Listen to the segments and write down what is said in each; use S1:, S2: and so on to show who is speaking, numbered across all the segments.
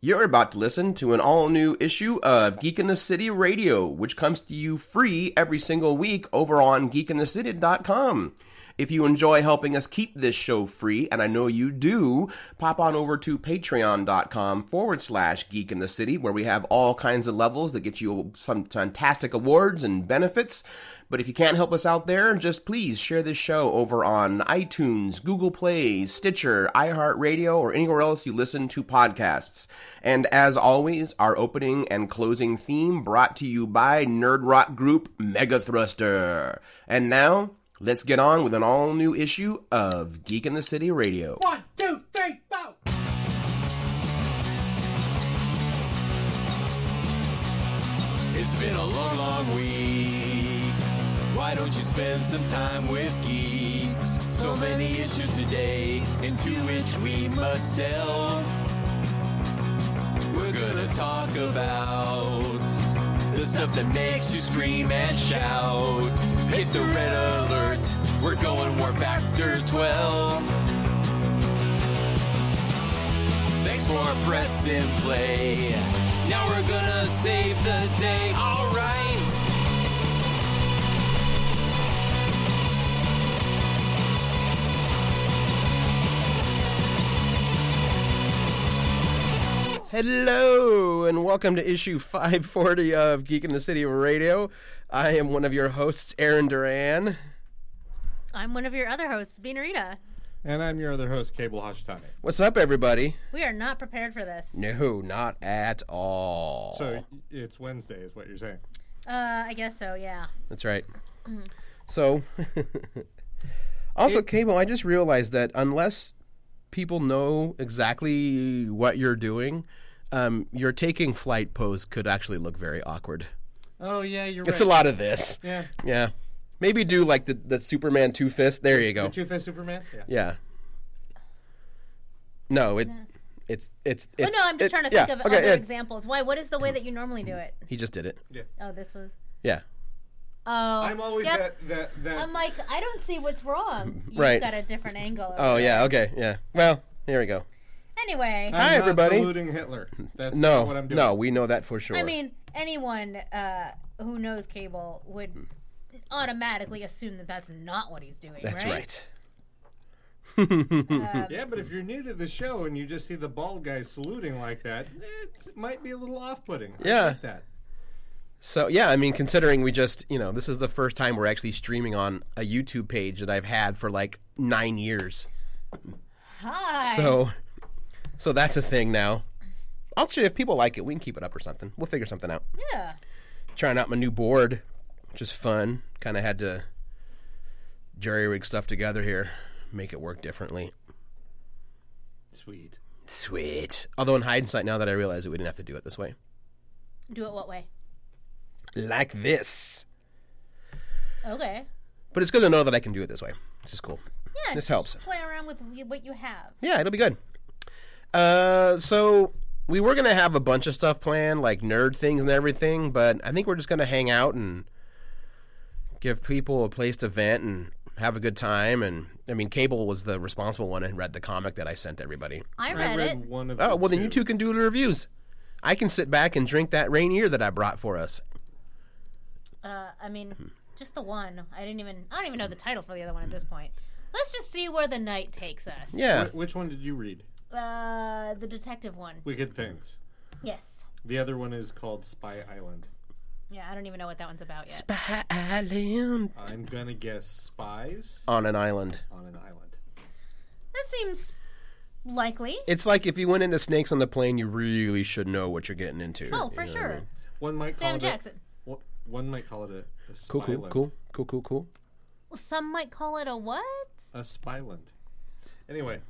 S1: You're about to listen to an all new issue of Geek in the City Radio, which comes to you free every single week over on geekinthecity.com. If you enjoy helping us keep this show free, and I know you do, pop on over to patreon.com forward slash geek in the city, where we have all kinds of levels that get you some fantastic awards and benefits. But if you can't help us out there, just please share this show over on iTunes, Google Play, Stitcher, iHeartRadio, or anywhere else you listen to podcasts. And as always, our opening and closing theme brought to you by nerd rock group Megathruster. And now, Let's get on with an all new issue of Geek in the City Radio.
S2: One, two, three, four.
S3: It's been a long, long week. Why don't you spend some time with geeks? So many issues today into which we must delve. We're gonna talk about the stuff that makes you scream and shout. Hit the red alert. We're going War Factor 12. Thanks for pressing play. Now we're gonna save the day, alright?
S1: Hello, and welcome to issue 540 of Geek in the City Radio. I am one of your hosts, Aaron Duran.
S4: I'm one of your other hosts, Bean Rita.
S5: And I'm your other host, Cable Hashitani.
S1: What's up, everybody?
S4: We are not prepared for this.
S1: No, not at all.
S5: So it's Wednesday, is what you're saying.
S4: Uh, I guess so. Yeah.
S1: That's right.
S4: Mm-hmm.
S1: So, also, Cable, I just realized that unless people know exactly what you're doing, um, your taking flight pose could actually look very awkward.
S5: Oh yeah, you're
S1: It's a lot of this.
S5: Yeah.
S1: Yeah. Maybe do like the, the Superman two fist. There you go.
S5: Two Fist Superman. Yeah.
S1: Yeah. No, it it's it's
S4: But
S1: it's
S4: Oh, no, I'm just
S1: it-
S4: trying to
S1: yeah,
S4: think of
S1: okay,
S4: other
S1: yeah.
S4: examples. Why? What is the way that you normally do it?
S1: He just did it.
S4: Oh, this was.
S1: Yeah.
S4: Oh,
S5: I'm always
S4: yeah.
S5: that that that.
S4: I'm like, I don't see what's wrong. You've
S1: Right.
S4: got a different angle. of
S1: Oh
S4: it.
S1: yeah, okay. Yeah. Well, here we go.
S4: Anyway,
S5: I'm
S4: I,
S1: Hi,
S5: not
S1: everybody.
S5: Saluting Hitler. That's
S1: No.
S5: not what I'm doing.
S1: No, we know that for sure.
S4: mean, anyone uh, who knows Cable would automatically assume that that's not what he's doing.
S1: That's
S4: right.
S1: right.
S5: Yeah, but if you're new to the show and you just see the bald guy saluting like that, it might be a little off-putting. I
S1: Yeah.
S5: get that.
S1: So yeah, I mean, considering we just you know this is the first time we're actually streaming on a YouTube page that I've had for like nine years.
S4: Hi.
S1: So, so that's a thing now. Actually, if people like it, we can keep it up or something. We'll figure something out.
S4: yeah.
S1: Trying out my new board, which is fun. Kind of had to jury rig stuff together here, make it work differently.
S3: Sweet.
S1: Sweet. Although in hindsight, now that I realize it, we didn't have to do it this way.
S4: Do it what way?
S1: Like this.
S4: Okay.
S1: But it's good to know that I can do it this way, which is cool.
S4: Yeah.
S1: This
S4: just
S1: helps.
S4: Play around with what you have.
S1: Yeah, it'll be good. Uh, so we were gonna have a bunch of stuff planned, like nerd things and everything, but I think we're just gonna hang out and give people a place to vent and have a good time. And I mean, Cable was the responsible one and read the comic that I sent everybody.
S4: I read,
S5: I
S4: it.
S5: read one of.
S1: Oh,
S5: the
S1: well, then you
S5: two.
S1: two can do the reviews. I can sit back and drink that Rainier that I brought for us.
S4: Uh, I mean,
S5: Hmm.
S4: just the one. I didn't even. I don't even know the title for the other one at this point. Let's just see where the night takes us.
S1: Yeah,
S5: Wh- Which one did you read?
S4: Uh, the detective one.
S5: Wicked Things.
S4: Yes.
S5: The other one is called Spy Island.
S4: Yeah, I don't even know what that one's about yet.
S1: Spy Island
S5: I'm gonna guess spies
S1: on an island.
S5: on an island.
S4: That seems likely.
S1: It's like if you went into snakes on the plane, you really should know what you're getting into.
S4: Oh, for
S1: You know what I
S4: sure.
S1: mean?
S5: One might call
S4: Sam
S5: it
S4: Jackson.
S5: A, one- one might call it a, a
S1: Cool, cool,
S5: spyland.
S1: cool, cool, cool, cool.
S4: Some might call it a what?
S5: A spyland. Anyway,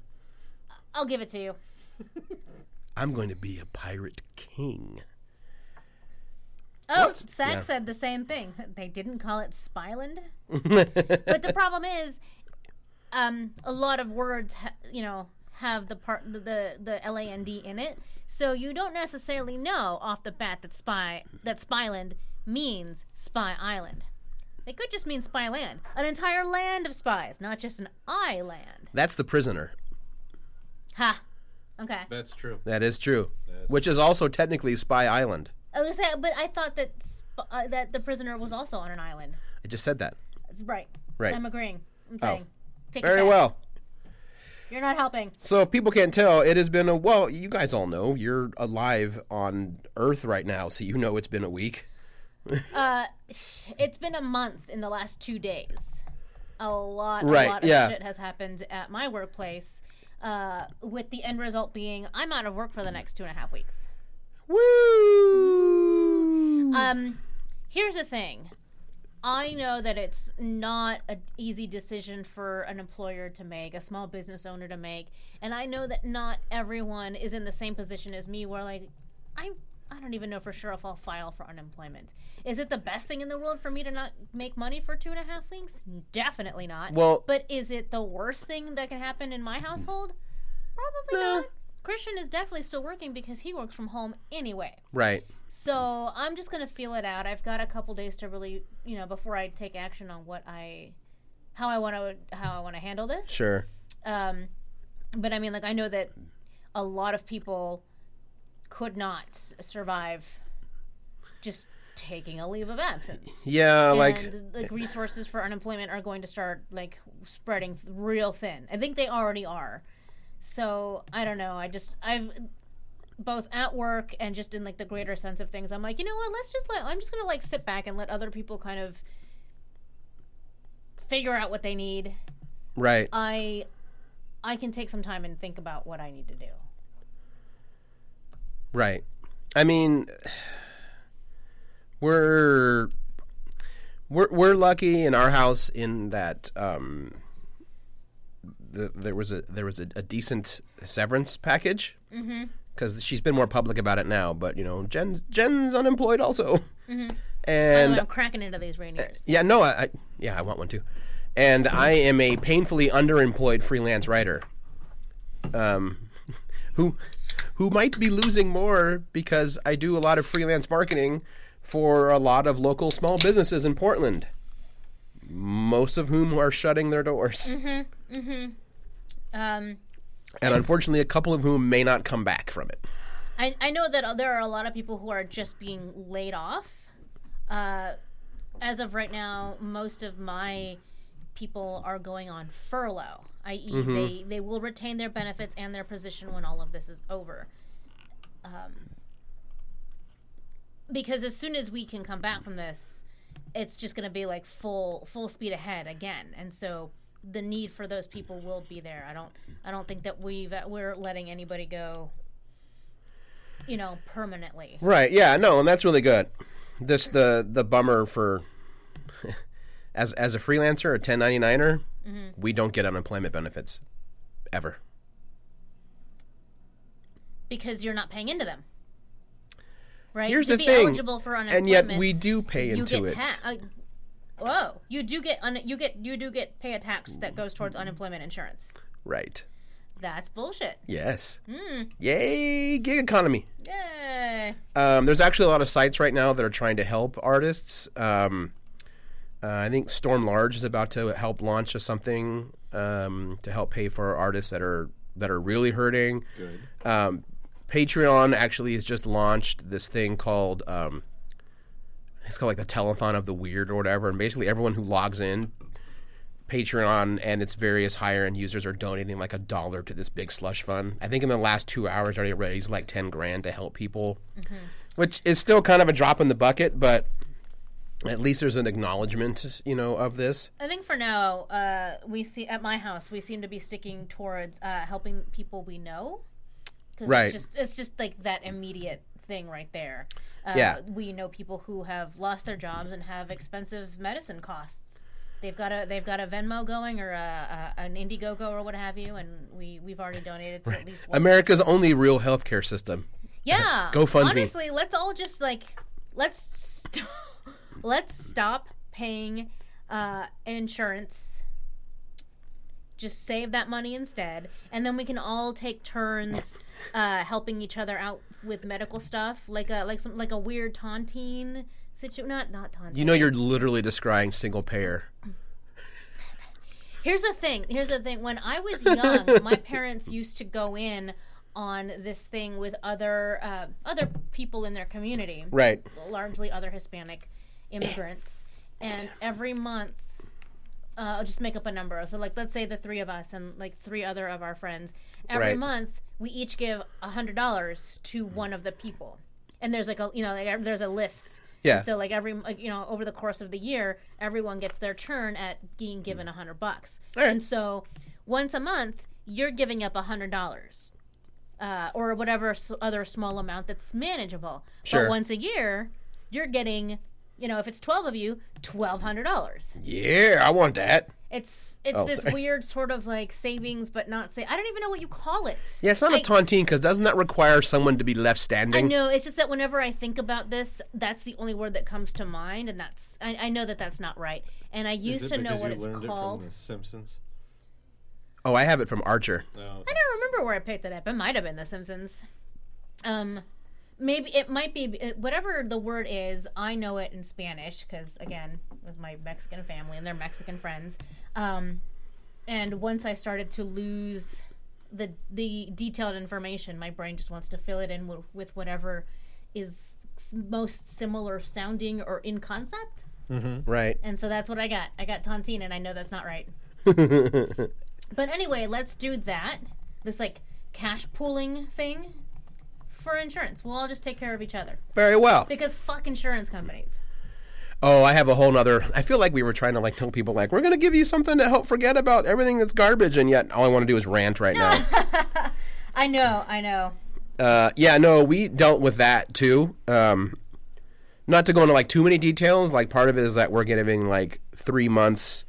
S4: I'll give it to you.
S1: I'm going to be a pirate king.
S4: Oh, Zach said the same thing. They didn't call it Spyland. but the problem is, um, a lot of words, ha- you know, have the part the the, the L A N D in it, so you don't necessarily know off the bat that spy that Spyland means Spy Island. It could just mean spy land, an entire land of spies, not just an island.
S1: That's the prisoner.
S4: Ha! Okay.
S5: That's true.
S1: That is true. Which is also technically Spy Island.
S4: I was saying, but I thought that sp- uh, that the prisoner was also on an island.
S1: I just said that.
S4: That's right.
S1: Right. Oh.
S4: I'm agreeing. I'm saying. Take it
S1: Very
S4: back.
S1: well.
S4: You're not helping.
S1: So if people can't tell, it has been a well, you guys all know you're alive on Earth right now, so you know it's been a week.
S4: Uh, it's been a month in the last two days. A lot,
S1: Right,
S4: a lot of
S1: yeah.
S4: shit has happened at my workplace. Uh, with the end result being, I'm out of work for the next two and a half weeks.
S1: Woo!
S4: Um, here's the thing. I know that it's not an easy decision for an employer to make, a small business owner to make, and I know that not everyone is in the same position as me. Where like, I I don't even know for sure if I'll file for unemployment. Is it the best thing in the world for me to not make money for two and a half weeks? Definitely not.
S1: Well-
S4: but is it the worst thing that can happen in my household? Probably
S1: No.
S4: not. Christian is definitely still working because he works from home anyway.
S1: Right.
S4: So I'm just gonna feel it out. I've got a couple days to really, you know, before I take action on what I, how I want to, how I want to handle this.
S1: Sure.
S4: Um, but I mean, like I know that a lot of people could not survive just taking a leave of absence,
S1: Yeah, like
S4: and like resources for unemployment are going to start like spreading real thin. I think they already are. So I don't know. I just I've both at work and just in like the greater sense of things. I'm like, you know what? Let's just let I'm just gonna like sit back and let other people kind of figure out what they need.
S1: right.
S4: I I can take some time and think about what I need to do.
S1: Right. I mean, we're we're we're lucky in our house in that um, the, there was a there was a, a decent severance package because she's been more public about it now. But you know, Jen's Jen's unemployed also, and
S4: I'm cracking into these rainiers.
S1: yeah, no, I, I yeah, I want one too. And I am a painfully underemployed freelance writer, um, who who might be losing more because I do a lot of freelance marketing for a lot of local small businesses in Portland, most of whom are shutting their doors,
S4: Um
S1: and unfortunately, a couple of whom may not come back from it.
S4: I, I know that uh, there are a lot of people who are just being laid off. Uh, as of right now, most of my people are going on furlough, i.e., they, they will retain their benefits and their position when all of this is over. Um, because as soon as we can come back from this, it's just going to be like full full speed ahead again, and so the need for those people will be there. I don't I don't think that we've we're letting anybody go you know, permanently.
S1: Right. Yeah. No, and that's really good. This the the bummer for as as a freelancer, a 1099er,
S4: Mm-hmm.
S1: we don't get unemployment benefits ever.
S4: because you're not paying into them. Right?
S1: Here's
S4: to
S1: the
S4: be
S1: thing,
S4: eligible for
S1: and yet
S4: unemployment,
S1: we do pay into
S4: you get
S1: it.
S4: ta- uh, whoa, you do get un- you get you do get pay a tax that goes towards unemployment insurance.
S1: Right.
S4: That's bullshit.
S1: Yes.
S4: Mm.
S1: Yay, gig economy.
S4: Yay.
S1: Um, there's actually a lot of sites right now that are trying to help artists. Um, uh, I think Storm Large is about to help launch a something um, to help pay for artists that are that are really hurting. Good. Um, Patreon actually has just launched this thing called um, it's called like the telethon of the weird or whatever, and basically everyone who logs in. Patreon and its various higher end users are donating like a dollar to this big slush fund. I think in the last two hours already raised like ten grand to help people, which is still kind of a drop in the bucket, but at least there's an acknowledgement, you know, of this.
S4: I think for now, uh, we see at my house we seem to be sticking towards uh, helping people we know. 'Cause
S1: Right.
S4: It's just, it's just like that immediate thing right there. Uh,
S1: Yeah.
S4: We know people who have lost their jobs and have expensive medicine costs. They've got a they've got a Venmo going or a, a, an Indiegogo or what have you, and we we've already donated to at least one.
S1: America's only real healthcare system.
S4: Yeah.
S1: GoFundMe.
S4: Honestly, let's all just like let's st- let's stop paying uh, insurance. Just save that money instead, and then we can all take turns uh, helping each other out with medical stuff, like a like some like a weird tontine situation. Not not tontine.
S1: You know, you're literally describing single payer.
S4: Here's the thing. Here's the thing. When I was young, my parents used to go in on this thing with other uh, other people in their community,
S1: Right.
S4: largely other Hispanic immigrants, and every month. Uh, I'll just make up a number. So, like, let's say the three of us and like three other of our friends. Every
S1: Right. Mm.
S4: month, we each give a hundred dollars to one of the people, and there's like a you know like, there's a list.
S1: Yeah.
S4: So like every like, you know over the course of the year, everyone gets their turn at being given a hundred bucks.
S1: All right.
S4: And so once a month, you're giving up a hundred dollars, uh, or whatever s- other small amount that's manageable.
S1: Sure.
S4: But once a year, you're getting you know if it's twelve of you, twelve hundred dollars.
S1: Yeah, I want that.
S4: It's it's
S1: Oh,
S4: this
S1: sorry.
S4: weird sort of like savings but not say I don't even know what you call it.
S1: Yeah, it's not a
S4: I-
S1: tontine because doesn't that require someone to be left
S4: I
S1: standing?
S4: know. It's just that whenever I think about this, that's the only word that comes to mind, and that's I, I know that that's not right. And I used
S5: Is
S4: to
S5: it
S4: know
S5: because
S4: what
S5: you learned
S4: it's
S5: it
S4: called.
S5: from The Simpsons?
S1: Oh, I have it from Archer.
S5: No.
S4: I don't remember where I picked it up. It might have been The Simpsons. Um, maybe it might be it- whatever the word is. I know it in Spanish because again, with my Mexican family and their Mexican friends. Um, and once I started to lose the the detailed information, my brain just wants to fill it in with, with whatever is s- most similar sounding or in concept.
S1: Right.
S4: And so that's what I got. I got tontine, and I know that's not right. but anyway, let's do that. This like cash pooling thing for insurance. We'll all just take care of each other
S1: Very well.
S4: because fuck insurance companies.
S1: Oh, I have a whole nother. I feel like we were trying to like tell people like we're gonna give you something to help forget about everything that's garbage, and yet all I want to do is rant right now.
S4: I know. I know.
S1: uh, yeah, no, we dealt with that too. Um, not to go into like too many details. Like part of it is that we're giving like three months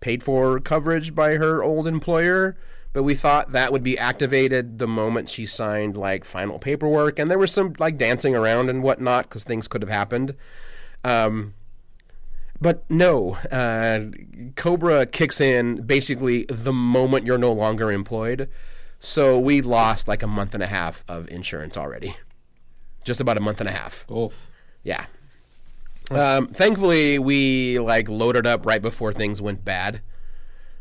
S1: paid for coverage by her old employer, but we thought that would be activated the moment she signed like final paperwork, and there was some like dancing around and whatnot because things could have happened. Um, but no, uh, Cobra kicks in basically the moment you're no longer employed. So we lost like a month and a half of insurance already. Just about a month and a half.
S5: Oof.
S1: Yeah. Um, thankfully, we like loaded up right before things went bad.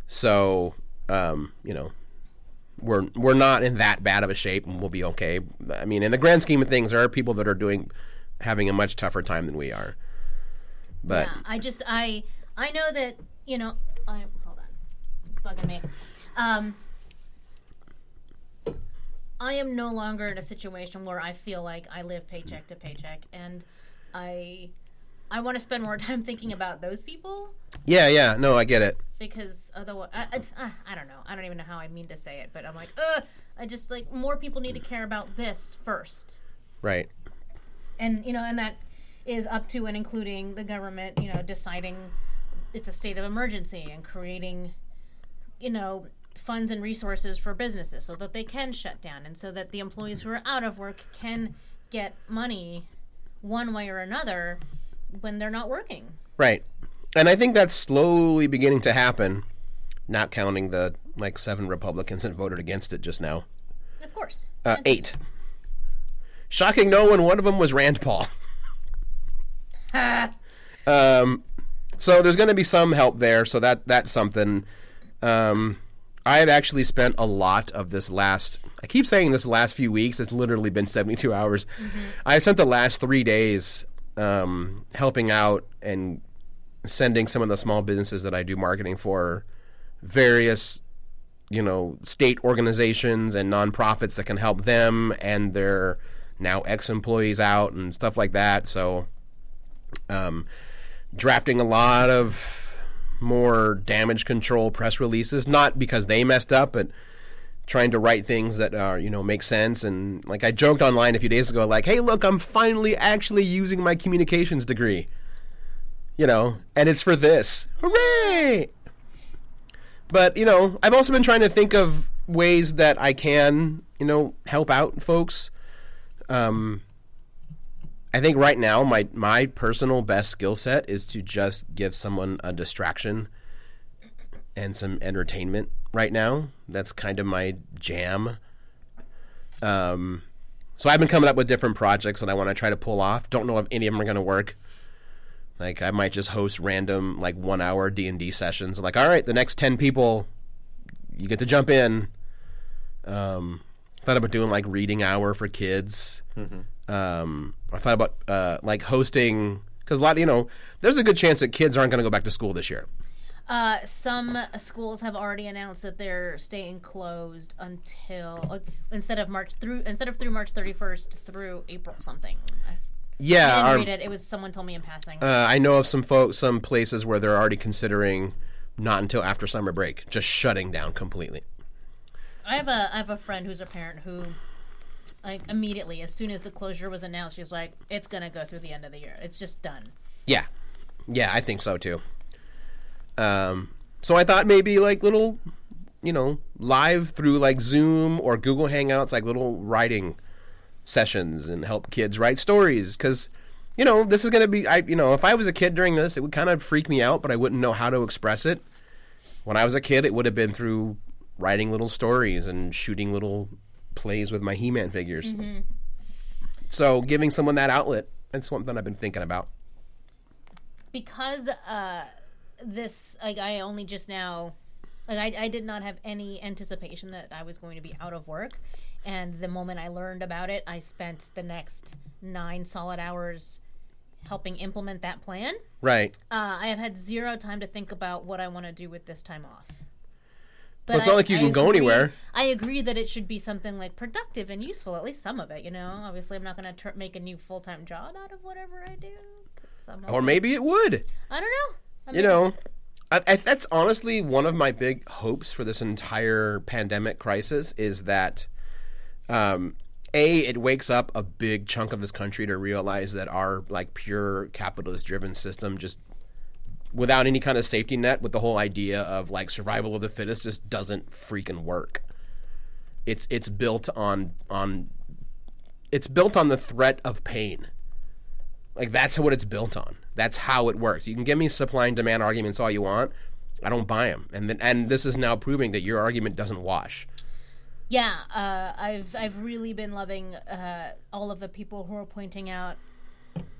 S1: So, um, you know, we're we're not in that bad of a shape, and we'll be okay. I mean, in the grand scheme of things, there are people that are doing having a much tougher time than we are. But
S4: Yeah, I just I I know that you know I hold on, it's bugging me. Um, I am no longer in a situation where I feel like I live paycheck to paycheck, and I I want to spend more time thinking about those people
S1: yeah, yeah, no, I get it.
S4: because otherwise I, I, uh, I don't know I don't even know how I mean to say it, but I'm like uh, I just like more people need to care about this first
S1: Right.
S4: and you know and that is up to and including the government you know deciding it's a state of emergency and creating you know funds and resources for businesses so that they can shut down and so that the employees who are out of work can get money one way or another when they're not working
S1: Right. And I think that's slowly beginning to happen, not counting the like seven Republicans that voted against it just now.
S4: of course
S1: Uh, eight. Shocking no one, one of them was Rand Paul. um, so there's going to be some help there, so that that's something. Um, I have actually spent a lot of this last. I keep saying this last few weeks. It's literally been 72 hours. I spent the last three days um, helping out and sending some of the small businesses that I do marketing for various you know state organizations and nonprofits that can help them and their now ex-employees out and stuff like that so um, drafting a lot of more damage control press releases not because they messed up but trying to write things that are you know make sense and like i joked online a few days ago like hey look i'm finally actually using my communications degree you know and it's for this hooray but you know i've also been trying to think of ways that i can you know help out folks um i think right now my my personal best skill set is to just give someone a distraction and some entertainment right now that's kind of my jam um so i've been coming up with different projects that i want to try to pull off don't know if any of them are going to work like I might just host random like one hour D and D sessions. Like, all right, the next ten people, you get to jump in. Um, thought about doing like reading hour for kids. Um, I thought about uh, like hosting because a lot, you know, there's a good chance that kids aren't going to go back to school this year.
S4: Uh, some schools have already announced that they're staying closed until uh, instead of March through instead of through March 31st through April something. I
S1: Yeah,
S4: didn't
S1: our-
S4: read it. It was someone told me in passing.
S1: uh, I know of some folks, some places where they're already considering not until after summer break, just shutting down completely.
S4: I have a I have a friend who's a parent who like immediately as soon as the closure was announced she's like it's going to go through the end of the year. It's just done.
S1: Yeah, yeah, I think so too. Um, so I thought maybe like little, you know, live through like Zoom or Google Hangouts, like little writing sessions and help kids write stories because. You know, this is gonna be. I you know, if I was a kid during this, it would kind of freak me out, but I wouldn't know how to express it. When I was a kid, it would have been through writing little stories and shooting little plays with my He-Man figures. So, giving someone that outlet, that's something I've been thinking about.
S4: because uh this like i only just now like I, I did not have any anticipation that i was going to be out of work and the moment i learned about it i spent the next nine solid hours helping implement that plan
S1: Right.
S4: uh, i have had zero time to think about what i want to do with this time off but
S1: Well, it's not like you can go anywhere.
S4: I agree that it should be something like productive and useful, at least some of it. You know, obviously, I'm not going to tur make a new full time job out of whatever I do. 'cause I'm
S1: Or maybe it would.
S4: I don't know. I
S1: You know, I, I, that's honestly one of my big hopes for this entire pandemic crisis is that, um, a, it wakes up a big chunk of this country to realize that our like pure capitalist-driven system just, without any kind of safety net, with the whole idea of like survival of the fittest, just doesn't freaking work. It's it's built on on, it's built on the threat of pain. Like that's what it's built on. That's how it works. You can give me supply and demand arguments all you want. I don't buy them. And then, and this is now proving that your argument doesn't wash.
S4: Yeah, uh, I've I've really been loving uh, all of the people who are pointing out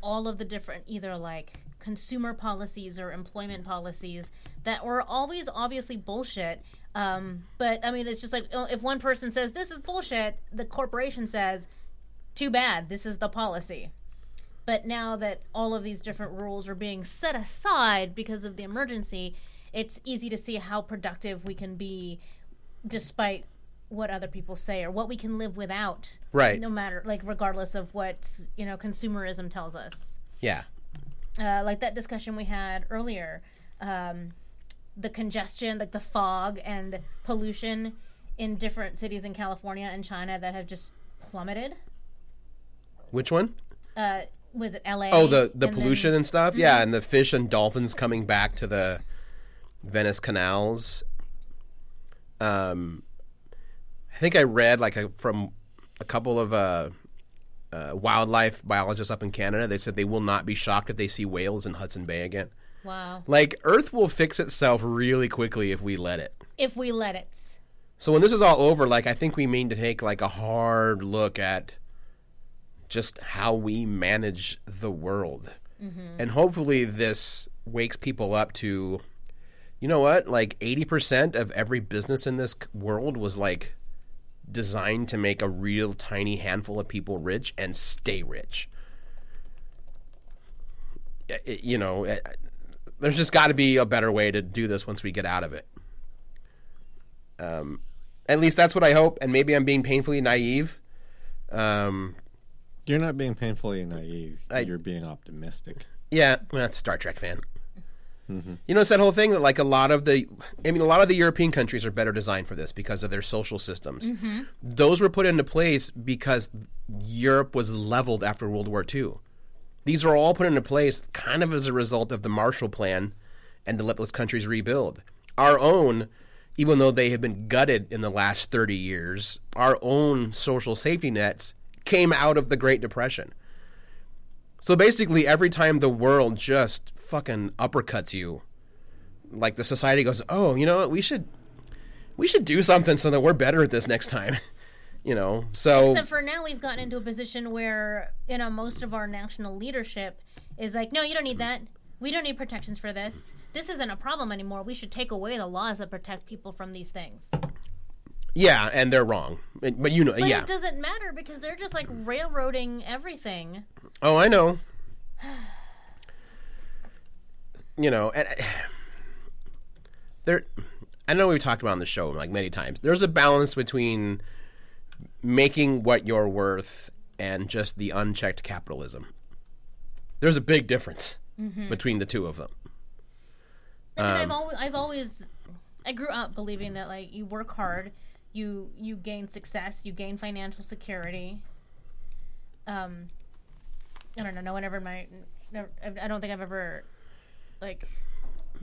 S4: all of the different either like consumer policies or employment policies that were always obviously bullshit. Um, but I mean, it's just like oh, if one person says this is bullshit, the corporation says, "Too bad, this is the policy." But now that all of these different rules are being set aside because of the emergency, it's easy to see how productive we can be despite what other people say or what we can live without
S1: Right.
S4: no matter like regardless of what you know consumerism tells us
S1: Yeah.
S4: uh, like that discussion we had earlier um, the congestion like the fog and pollution in different cities in california and china that have just plummeted
S1: Which one?
S4: uh, was it la
S1: Oh, the the
S4: and then- Mm-hmm.
S1: pollution and stuff. Yeah, and the fish and dolphins coming back to the Venice canals. Um, I think I read like a, from a couple of uh, uh, wildlife biologists up in Canada. They said they will not be shocked if they see whales in Hudson Bay again.
S4: wow
S1: Like Earth will fix itself really quickly if we let it.
S4: if we let it
S1: So when this is all over, like I think we mean to take like a hard look at just how we manage the world, and hopefully this wakes people up to, you know what, like eighty percent of every business in this c- world was like designed to make a real tiny handful of people rich and stay rich. I- I- You know, I- I- there's just got to be a better way to do this once we get out of it. At least that's what I hope, and maybe I'm being painfully naive. Um,
S5: You're not being painfully naive.
S1: I-
S5: You're being optimistic.
S1: yeah, well, that's a Star Trek fan. You notice that whole thing that like a lot of the, I mean, a lot of the European countries are better designed for this because of their social systems. Those were put into place because Europe was leveled after World War II. These are all put into place kind of as a result of the Marshall Plan and to let those countries rebuild. Our own, even though they have been gutted in the last 30 years, our own social safety nets came out of the Great Depression. So basically, every time the world just fucking uppercuts you, like the society goes, "Oh, you know what? We should, we should do something so that we're better at this next time." you know. So
S4: Except for now, we've gotten into a position where you know most of our national leadership is like, no, you don't need that. We don't need protections for this. This isn't a problem anymore. We should take away the laws that protect people from these things.
S1: Yeah, and they're wrong. But but you know,
S4: But
S1: yeah.
S4: it doesn't matter because they're just like railroading everything.
S1: Oh, I know. You know, and I- there. I know we've talked about on the show like many times. There's a balance between making what you're worth and just the unchecked capitalism. There's a big difference between the two of them.
S4: I mean, I've
S1: Um,
S4: always, I've always, I grew up believing that like you work hard, you you gain success, you gain financial security. Um, I don't know. No one ever in my, never, I I don't think I've ever, like,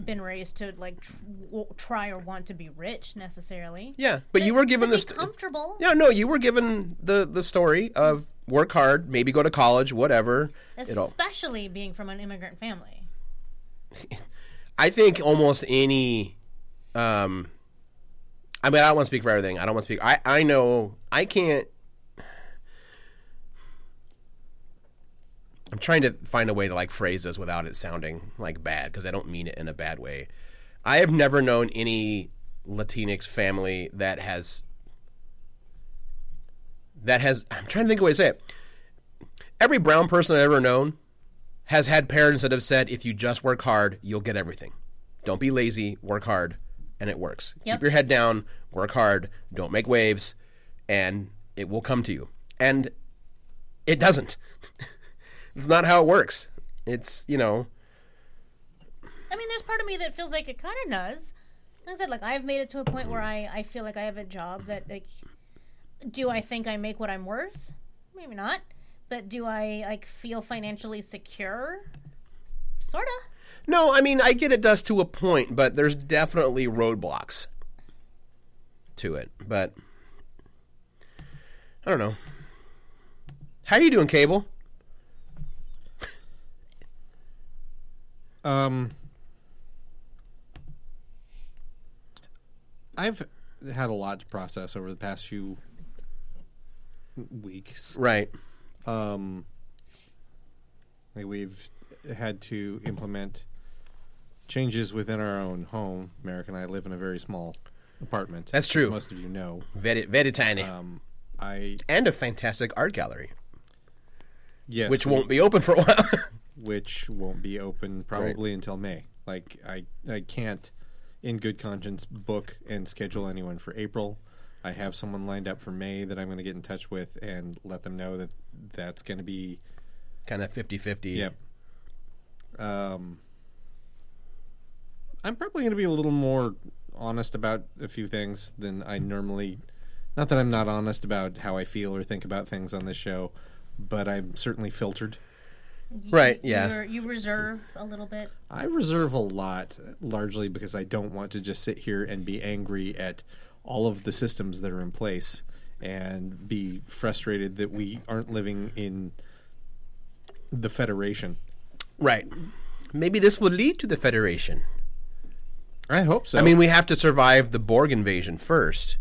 S4: been raised to like tr- w- try or want to be rich necessarily.
S1: Yeah, but you were given
S4: To be
S1: this.
S4: comfortable.
S1: No, no, you were given the the story of work hard, maybe go to college, whatever. It'll-
S4: Especially being from an immigrant family.
S1: I think almost any. Um, I mean, I don't want to speak for everything. I don't want to speak. I I know I can't. I'm trying to find a way to like phrase this without it sounding like bad because I don't mean it in a bad way. I have never known any Latinx family that has that has. I'm trying to think of a way to say it. Every brown person I've ever known has had parents that have said, if you just work hard, you'll get everything. Don't be lazy, work hard, and it works. Keep
S4: Yep.
S1: your head down, work hard, don't make waves, and it will come to you. And it doesn't. it's not how it works. It's, you know,
S4: I mean, there's part of me that feels like it kind of does. Like I said, like I've made it to a point where I, I feel like I have a job that like, do I think I make what I'm worth? Maybe not, but do I like feel financially secure? Sorta.
S1: no, I mean, I get it does to a point, but there's definitely roadblocks to it. But I don't know. How are you doing, Cable?
S5: Um, I've had a lot to process over the past few weeks.
S1: Right.
S5: Um, like we've had to implement changes within our own home. Merrick and I live in a very small apartment.
S1: That's
S5: as
S1: true.
S5: most of you know.
S1: Very, very tiny.
S5: Um, I
S1: and a fantastic art gallery,
S5: yes,
S1: which
S5: we-
S1: won't be open for a while.
S5: which won't be open probably until May. Like I, I can't, in good conscience, book and schedule anyone for April. I have someone lined up for May that I'm going to get in touch with and let them know that that's going to be
S1: kind of 50 50.
S5: Yep. Um, I'm probably going to be a little more honest about a few things than I normally. Not that I'm not honest about how I feel or think about things on this show, but I'm certainly filtered.
S4: You-
S1: Right,
S4: you-
S1: yeah.
S4: you're- You reserve a little bit.
S5: I reserve a lot, largely because I don't want to just sit here and be angry at all of the systems that are in place and be frustrated that we aren't living in the Federation.
S1: Right. Maybe this will lead to the Federation.
S5: I hope so.
S1: I mean, we have to survive the Borg invasion first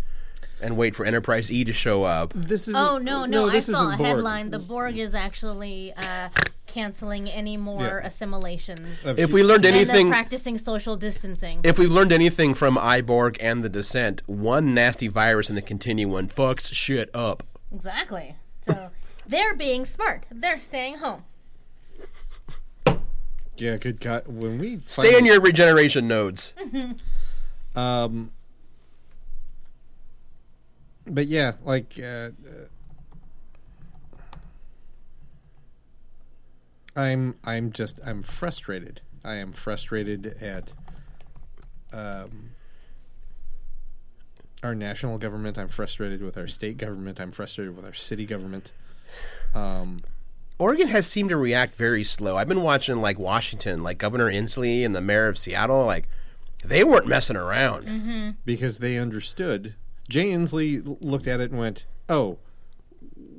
S1: and wait for Enterprise E to show up.
S5: this is
S4: Oh no, no! I
S5: this
S4: saw a
S5: isn't Borg.
S4: headline. The Borg is actually uh, canceling any more
S5: Yeah. Uh,
S4: assimilations,
S1: If we learned
S4: and they're
S1: anything.
S4: practicing social distancing.
S1: If we've learned anything from Iborg and the Descent, one nasty virus in the continuum fucks shit up.
S4: Exactly. So they're being smart. They're staying home.
S5: Yeah, good God. When we
S1: Stay in your regeneration nodes.
S5: um, but yeah, like uh, I'm I'm just I'm frustrated. I am frustrated at um, our national government. I'm frustrated with our state government. I'm frustrated with our city government. Um,
S1: Oregon has seemed to react very slow. I've been watching like Washington, like Governor Inslee and the mayor of Seattle, like they weren't messing around.
S5: because they understood. Jay Inslee l- looked at it and went, "Oh,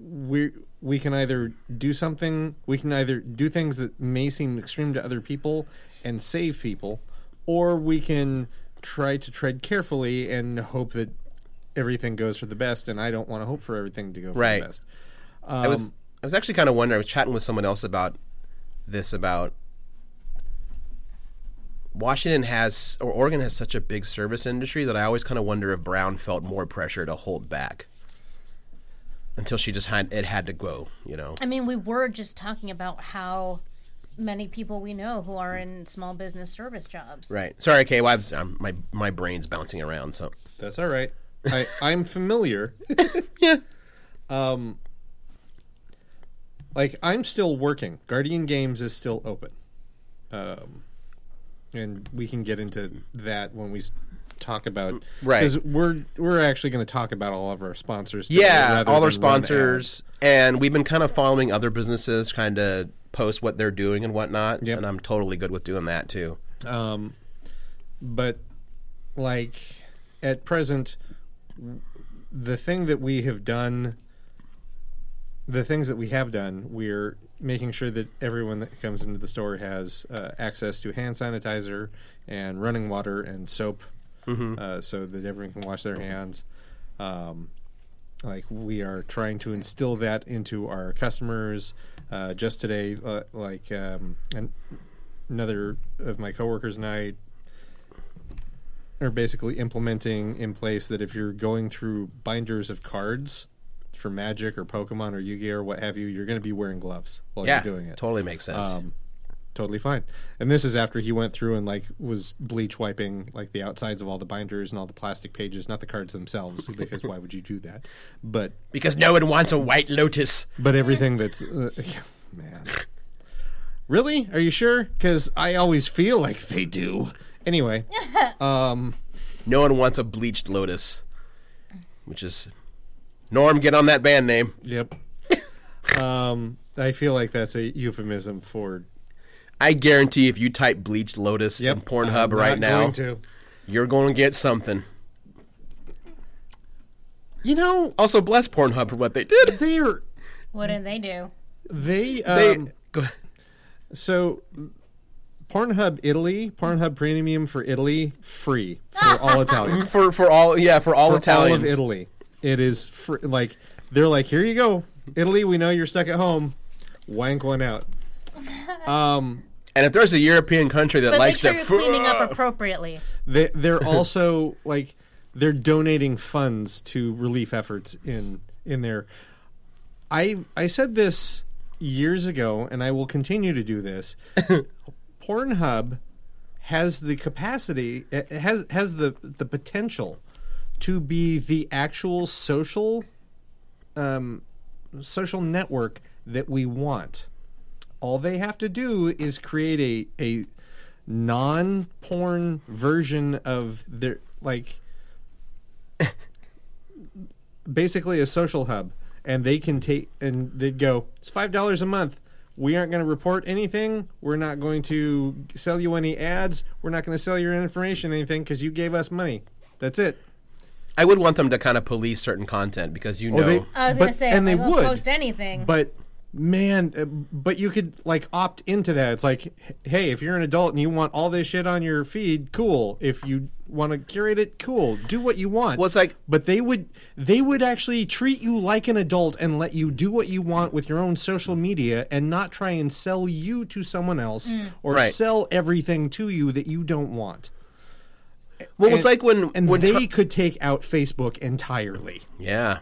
S5: we we can either do something, we can either do things that may seem extreme to other people and save people, or we can try to tread carefully and hope that everything goes for the best." And I don't want to hope for everything to go for
S1: Right.
S5: the best.
S1: I was
S5: Um,
S1: I was actually kind of wondering. I was chatting with someone else about this about Washington has or Oregon has such a big service industry that I always kind of wonder if Brown felt more pressure to hold back until she just had it had to go. You know,
S4: I mean, we were just talking about how many people we know who are in small business service jobs.
S1: right? Sorry, Kay. Well, I've, um, my my brain's bouncing around. So
S5: That's all right. I, I'm familiar. yeah. Um, like I'm still working. Guardian Games is still open, um, and we can get into that when we s- talk about
S1: Right.
S5: Because we're we're actually going to talk about all of our sponsors. today
S1: yeah,
S5: rather
S1: all our
S5: than run ads.
S1: sponsors, and we've been kind of following other businesses, kind of post what they're doing and whatnot.
S5: Yep.
S1: And I'm totally good with doing that too.
S5: but like at present w- the thing that we have done the things that we have done we're making sure that everyone that comes into the store has uh, access to hand sanitizer and running water and soap uh, so that everyone can wash their hands um, like we are trying to instill that into our customers uh, just today uh, like um, an- another of my coworkers and i are basically implementing in place that if you're going through binders of cards for Magic or Pokemon or Yu Gi Oh or what have you, you're going to be wearing gloves while
S1: Yeah,
S5: you're doing it. Um,
S1: totally makes sense.
S5: Totally fine. And this is after he went through and like was bleach wiping like the outsides of all the binders and all the plastic pages, not the cards themselves, because why would you do that? But
S1: because no one wants a white lotus.
S5: but everything that's uh, man. Really? Are you sure? Because I always feel like they do. Anyway.
S1: No one wants a bleached lotus, which is Norm. Get on that band name.
S5: Yep. um, I feel like that's a euphemism for
S1: I guarantee if you type bleached lotus in Pornhub
S5: I'm
S1: right
S5: not
S1: now,
S5: going to.
S1: you're going to get something. You know, also bless Pornhub for what they did.
S5: They're
S4: What did they
S5: Mm-hmm.
S4: do?
S5: they
S1: They
S5: um,
S1: go ahead.
S5: so Pornhub Italy, Pornhub Premium for Italy, free for all Italians.
S1: for for all yeah for all
S5: for
S1: Italians.
S5: all of Italy, it is free. Like they're like, here you go, Italy. We know you're stuck at home. Wank one out.
S1: And if there's a European country that
S4: But make
S1: likes
S4: sure
S1: that,
S4: you're
S1: fu-
S4: cleaning up appropriately.
S5: They they're also like they're donating funds to relief efforts in in there. I I said this years ago, and I will continue to do this. Pornhub has the capacity it has has the the potential to be the actual social um, social network that we want. All they have to do is create a a non porn version of their like basically a social hub and they can take and they'd go it's five dollars a month we aren't going to report anything we're not going to sell you any ads we're not going to sell your information anything because you gave us money that's it
S1: I would want them to kind of police certain content because you know
S4: I was
S5: but-
S4: going to say,
S5: and they
S4: I won't
S5: would
S4: post anything.
S5: but man uh, but you could like opt into that it's like h- hey if you're an adult and you want all this shit on your feed cool if you want to curate it cool do what you want
S1: Well, it's like-
S5: but they would they would actually treat you like an adult and let you do what you want with your own social media and not try and sell you to someone else or
S1: Right.
S5: sell everything to you that you don't want
S1: well it's
S5: And-
S1: like when
S5: and
S1: when
S5: they
S1: Tom-
S5: could take out facebook entirely
S1: yeah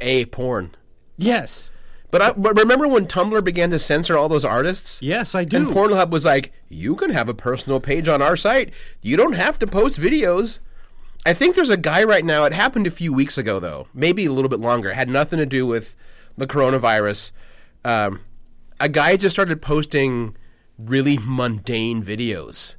S1: a porn.
S5: yes
S1: But I but remember when Tumblr began to censor all those artists.
S5: yes i do
S1: And Pornhub was like, you can have a personal page on our site. You don't have to post videos. I think there's a guy right now. It happened a few weeks ago, though, maybe a little bit longer. It had nothing to do with the coronavirus. Um, a guy just started posting really mundane videos.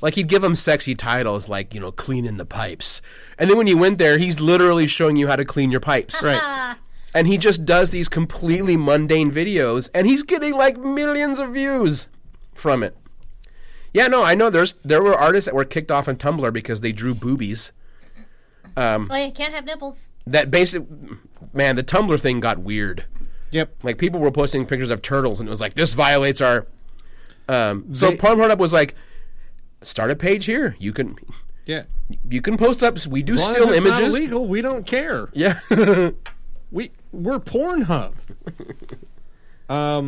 S1: Like he'd give them sexy titles, like you know, cleaning the pipes. And then when you went there, he's literally showing you how to clean your pipes.
S5: right
S1: And he just does these completely mundane videos, and he's getting like millions of views from it. Yeah, no, I know there's there were artists that were kicked off on Tumblr because they drew boobies.
S4: like, you can't have nipples.
S1: That basic man, the Tumblr thing got weird.
S5: yep
S1: Like people were posting pictures of turtles, and it was like this violates our. Um, so Pornhub was like, start a page here. You can
S5: yeah
S1: you can post up. We do
S5: As long
S1: still
S5: as it's not
S1: images.
S5: illegal, we don't care.
S1: yeah,
S5: We we're Pornhub. um,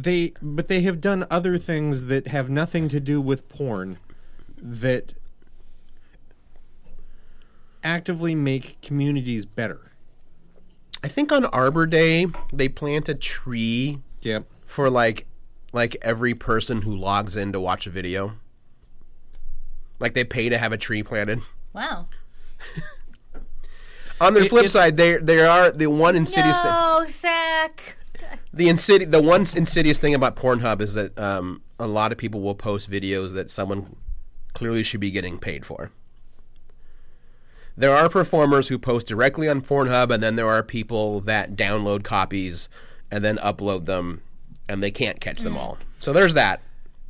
S5: they but they have done other things that have nothing to do with porn that actively make communities better.
S1: I think on Arbor Day they plant a tree
S5: Yep.
S1: for like like every person who logs in to watch a video. Like they pay to have a tree planted.
S4: Wow.
S1: On the flip
S5: it's-
S1: side, there there are the one insidious thing.
S4: no, Zach.
S1: The insidi- the one insidious thing about Pornhub is that um, a lot of people will post videos that someone clearly should be getting paid for. There are performers who post directly on Pornhub, and then there are people that download copies and then upload them, and they can't catch them all. So there's that.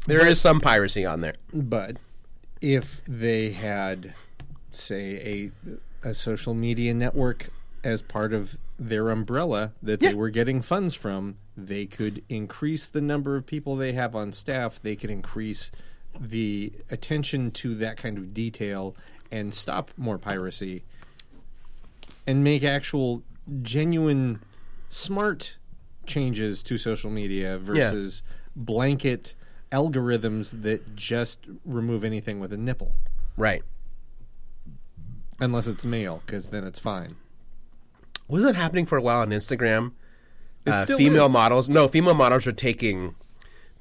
S1: There is some piracy on there.
S5: But if they had, say, a a social media network as part of their umbrella that they were getting funds from, they could increase the number of people they have on staff. They could increase the attention to that kind of detail and stop more piracy and make actual genuine smart changes to social media versus blanket algorithms that just remove anything with a nipple
S1: Right.
S5: unless it's male because then it's fine
S1: was that happening for a while on Instagram? uh,
S5: still
S1: female
S5: is.
S1: models, no, female models are taking.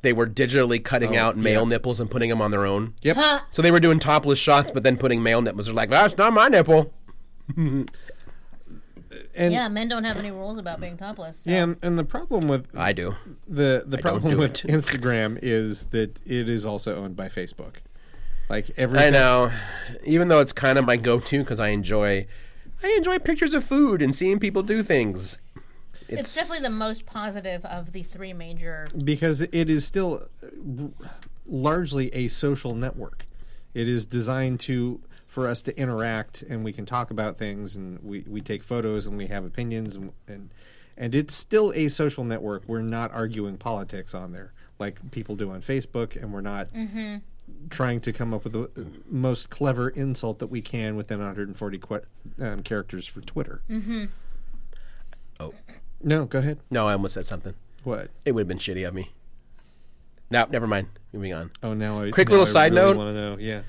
S1: They were digitally cutting out male
S5: yeah.
S1: nipples and putting them on their own.
S5: yep
S1: So they were doing topless shots, but then putting male nipples. They're like, that's not my nipple.
S5: and
S4: Yeah, men don't have any rules about being topless. so-
S5: yeah, and- and the problem with
S1: I do.
S5: the the
S1: do
S5: problem with
S1: it.
S5: Instagram is that it is also owned by Facebook. Like every
S1: I know. Even though it's kind of my go-to because I enjoy, I enjoy pictures of food and seeing people do things.
S4: It's definitely the most positive of the three major.
S5: because it is still uh, r- largely a social network. It is designed to for us to interact, and we can talk about things, and we, we take photos, and we have opinions, and, and and it's still a social network. We're not arguing politics on there like people do on Facebook, and we're not trying to come up with the uh, most clever insult that we can within 140 qu- um, characters for Twitter. Mm-hmm.
S1: Oh.
S5: no, go ahead.
S1: No, I almost said something.
S5: What?
S1: It would have been shitty of me. No, never mind. Moving on.
S5: Oh, now I
S1: Quick
S5: now
S1: little
S5: I
S1: side
S5: really
S1: note.
S5: wanna know, Yeah.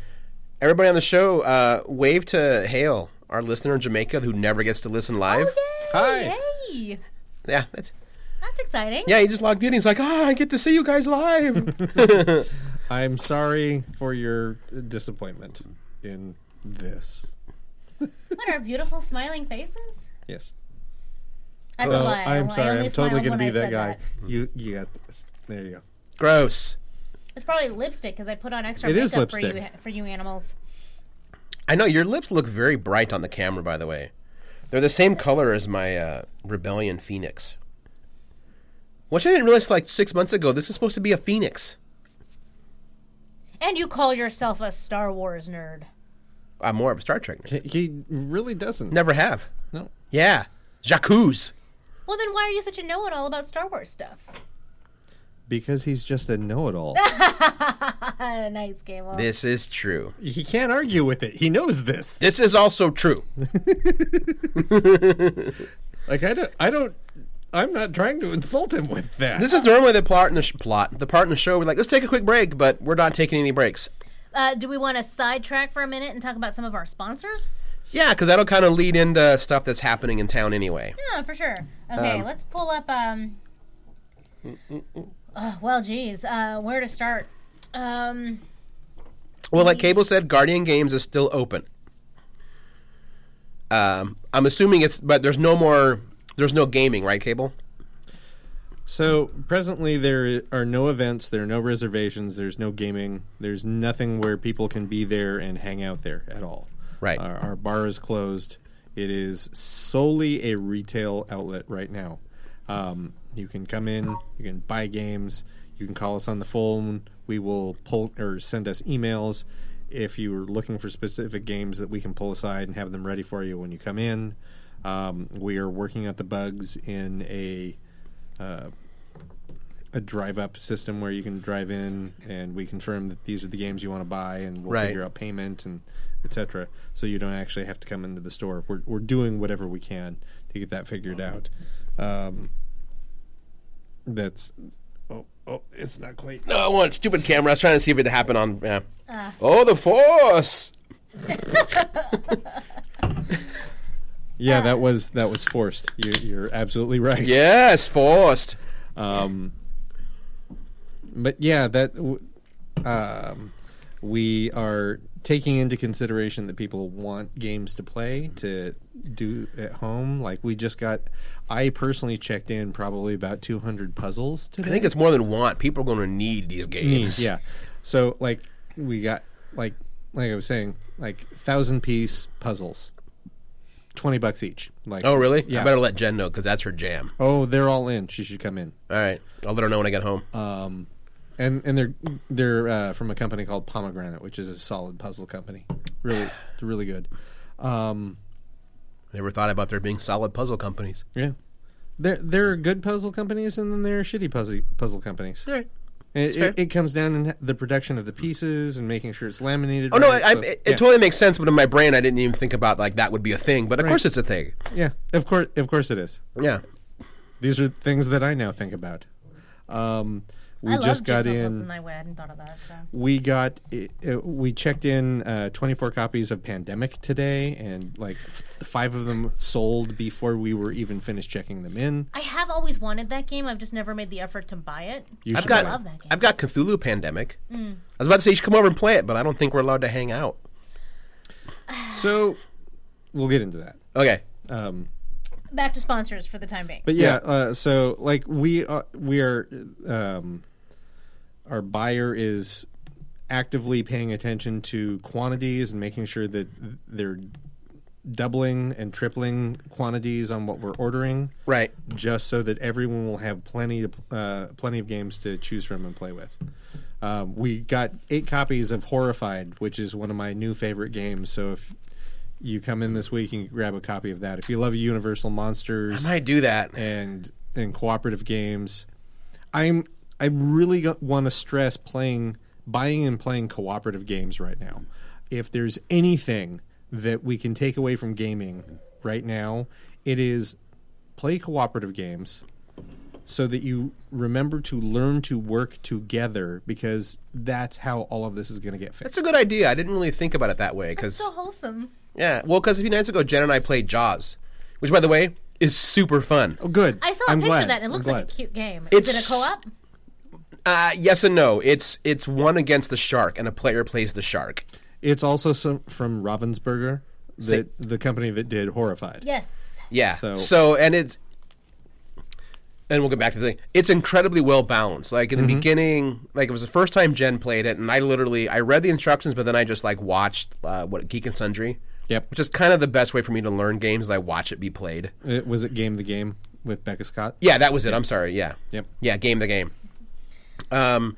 S1: Everybody on the show, uh, wave to Hale, our listener in Jamaica who never gets to listen live.
S4: Oh,
S5: Hi.
S4: Yay!
S1: yeah, that's
S4: That's exciting.
S1: yeah. He just logged in. He's like, ah, I get to see you guys live.
S5: I'm sorry for your disappointment in this.
S4: What are beautiful smiling faces?
S5: Yes.
S4: That's a
S5: Oh,
S4: lie.
S5: I'm
S4: I
S5: sorry.
S4: only
S5: I'm totally
S4: smiled
S5: going to
S4: when
S5: be
S4: I
S5: that
S4: said
S5: guy. You you got this. There you go.
S1: Gross.
S4: It's probably lipstick because I put on extra
S5: It
S4: makeup
S5: is
S4: for you
S5: lipstick.
S4: for you animals.
S1: I know your lips look very bright on the camera. By the way, they're the same color as my uh, Rebellion Phoenix, which I didn't realize like six months ago. This is supposed to be a Phoenix.
S4: And you call yourself a Star Wars nerd.
S1: I'm Uh, more of a Star Trek. nerd.
S5: He- He really doesn't.
S1: Never have.
S5: No.
S1: Yeah, Jacuz.
S4: Well, then why are you such a know-it-all about Star Wars stuff?
S5: Because he's just a know-it-all.
S4: Uh, nice, Gable.
S1: This is true.
S5: he can't argue with it. He knows this.
S1: This is also true.
S5: Like I don't. I don't. I'm not trying to insult him with that.
S1: This is normally the plot in the sh- plot. The part in the show. We're like, let's take a quick break, but we're not taking any breaks.
S4: Uh, do we want to sidetrack for a minute and talk about some of our sponsors?
S1: Yeah, because that'll kind of lead into stuff that's happening in town anyway.
S4: Yeah, for sure. Okay, let's pull up. Um, oh, well, geez, uh, where to start? Um,
S1: Well, like Cable said, Guardian Games is still open. Um, I'm assuming it's, but there's no more, there's no gaming, right, Cable?
S5: So presently, there are no events, there are no reservations, there's no gaming, there's nothing where people can be there and hang out there at all.
S1: Right.
S5: Our, our bar is closed. It is solely a retail outlet right now. Um, you can come in, you can buy games, you can call us on the phone. We will pull or send us emails if you are looking for specific games that we can pull aside and have them ready for you when you come in. Um, we are working out the bugs in a a drive up system where you can drive in and we confirm that these are the games you want to buy and we'll
S1: Right.
S5: figure out payment and etc. So you don't actually have to come into the store. We're we're doing whatever we can to get that figured out. Um, that's oh, oh, it's not quite.
S1: No, I want stupid camera. I was trying to see if it happened on. Yeah. Oh, the force.
S5: Yeah, that was that was forced. You, you're absolutely right.
S1: Yes, forced.
S5: Um, but yeah, that w- um, we are taking into consideration that people want games to play to do at home. Like we just got, I personally checked in probably about 200 puzzles
S1: I
S5: today.
S1: think it's more than want. People are going to need these games.
S5: Yeah. So like we got like like I was saying like thousand piece puzzles, twenty bucks each. Like
S1: Oh, really?
S5: Yeah.
S1: I better let Jen know because that's her jam.
S5: oh, they're all in. She should come in.
S1: All right. I'll let her know when I get home.
S5: Uh. and and they're they're uh, from a company called Pomegranate, which is a solid puzzle company. Really, really good.
S1: Never thought about there being solid puzzle companies.
S5: Yeah, there there are good puzzle companies, and then there are shitty puzzle puzzle companies.
S1: All right.
S5: It,
S1: fair.
S5: it, it comes down in the production of the pieces and making sure it's laminated.
S1: Oh no,
S5: right,
S1: I, I,
S5: so-
S1: it, it
S5: yeah.
S1: totally makes sense. But in my brain, I didn't even think about like that would be a thing. But of course, it's a thing.
S5: yeah, of course, of course it is.
S1: Yeah.
S5: These are things that I now think about. Um, we
S4: I
S5: just
S4: love
S5: got
S4: jigsaw puzzles
S5: in.
S4: and I hadn't thought of that. So.
S5: we got it, it, we checked in uh, 24 copies of pandemic today and like f- five of them sold before we were even finished checking them in
S4: I have always wanted that game. I've just never made the effort to buy it.
S5: you
S1: I've
S5: should
S1: got
S5: buy
S4: love that game. Mm.
S1: I've got Cthulhu Pandemic. I was about to say you should come over and play it, but I don't think we're allowed to hang out.
S5: it. so we'll get into that
S1: Okay.
S4: Back to sponsors for the time being.
S5: but yeah, Uh, so like we are, we are um, our buyer is actively paying attention to quantities and making sure that they're doubling and tripling quantities on what we're ordering
S1: Right.
S5: just so that everyone will have plenty to, uh, plenty of games to choose from and play with. Um, we got eight copies of Horrified, which is one of my new favorite games. So if you come in this week and grab a copy of that, if you love Universal
S1: I
S5: Monsters
S1: might do that.
S5: and and cooperative games, I'm I really want to stress playing, buying and playing cooperative games right now. If there's anything that we can take away from gaming right now, it is play cooperative games so that you remember to learn to work together because that's how all of this is going to get fixed.
S1: That's a good idea. I didn't really think about it that way because
S4: so wholesome.
S1: yeah, well, because a few nights ago Jen and I played Jaws, which by the way is super fun.
S5: oh, good.
S4: I saw a
S5: I'm
S4: picture
S5: glad.
S4: of that. and It
S5: I'm
S4: looks like
S5: glad.
S4: a cute game. Is
S1: It's-
S4: it a co-op?
S1: Uh, yes and no. It's it's one against the shark, and a player plays the shark.
S5: It's also some, from Ravensburger, that, the company that did Horrified.
S4: Yes.
S1: Yeah. So,
S5: So-
S1: and it's and we'll get back to the thing. It's incredibly well balanced. Like
S5: Mm-hmm.
S1: in the beginning, like it was the first time Jen played it, and I literally I read the instructions, but then I just like watched uh, what Geek and Sundry.
S5: Yep.
S1: Which is kind of the best way for me to learn games. is I watch it be played.
S5: It, Uh, was it Game the Game with Becca Scott?
S1: Yeah, that was it. I'm sorry. Yeah.
S5: Yep.
S1: Yeah, game the game. Um,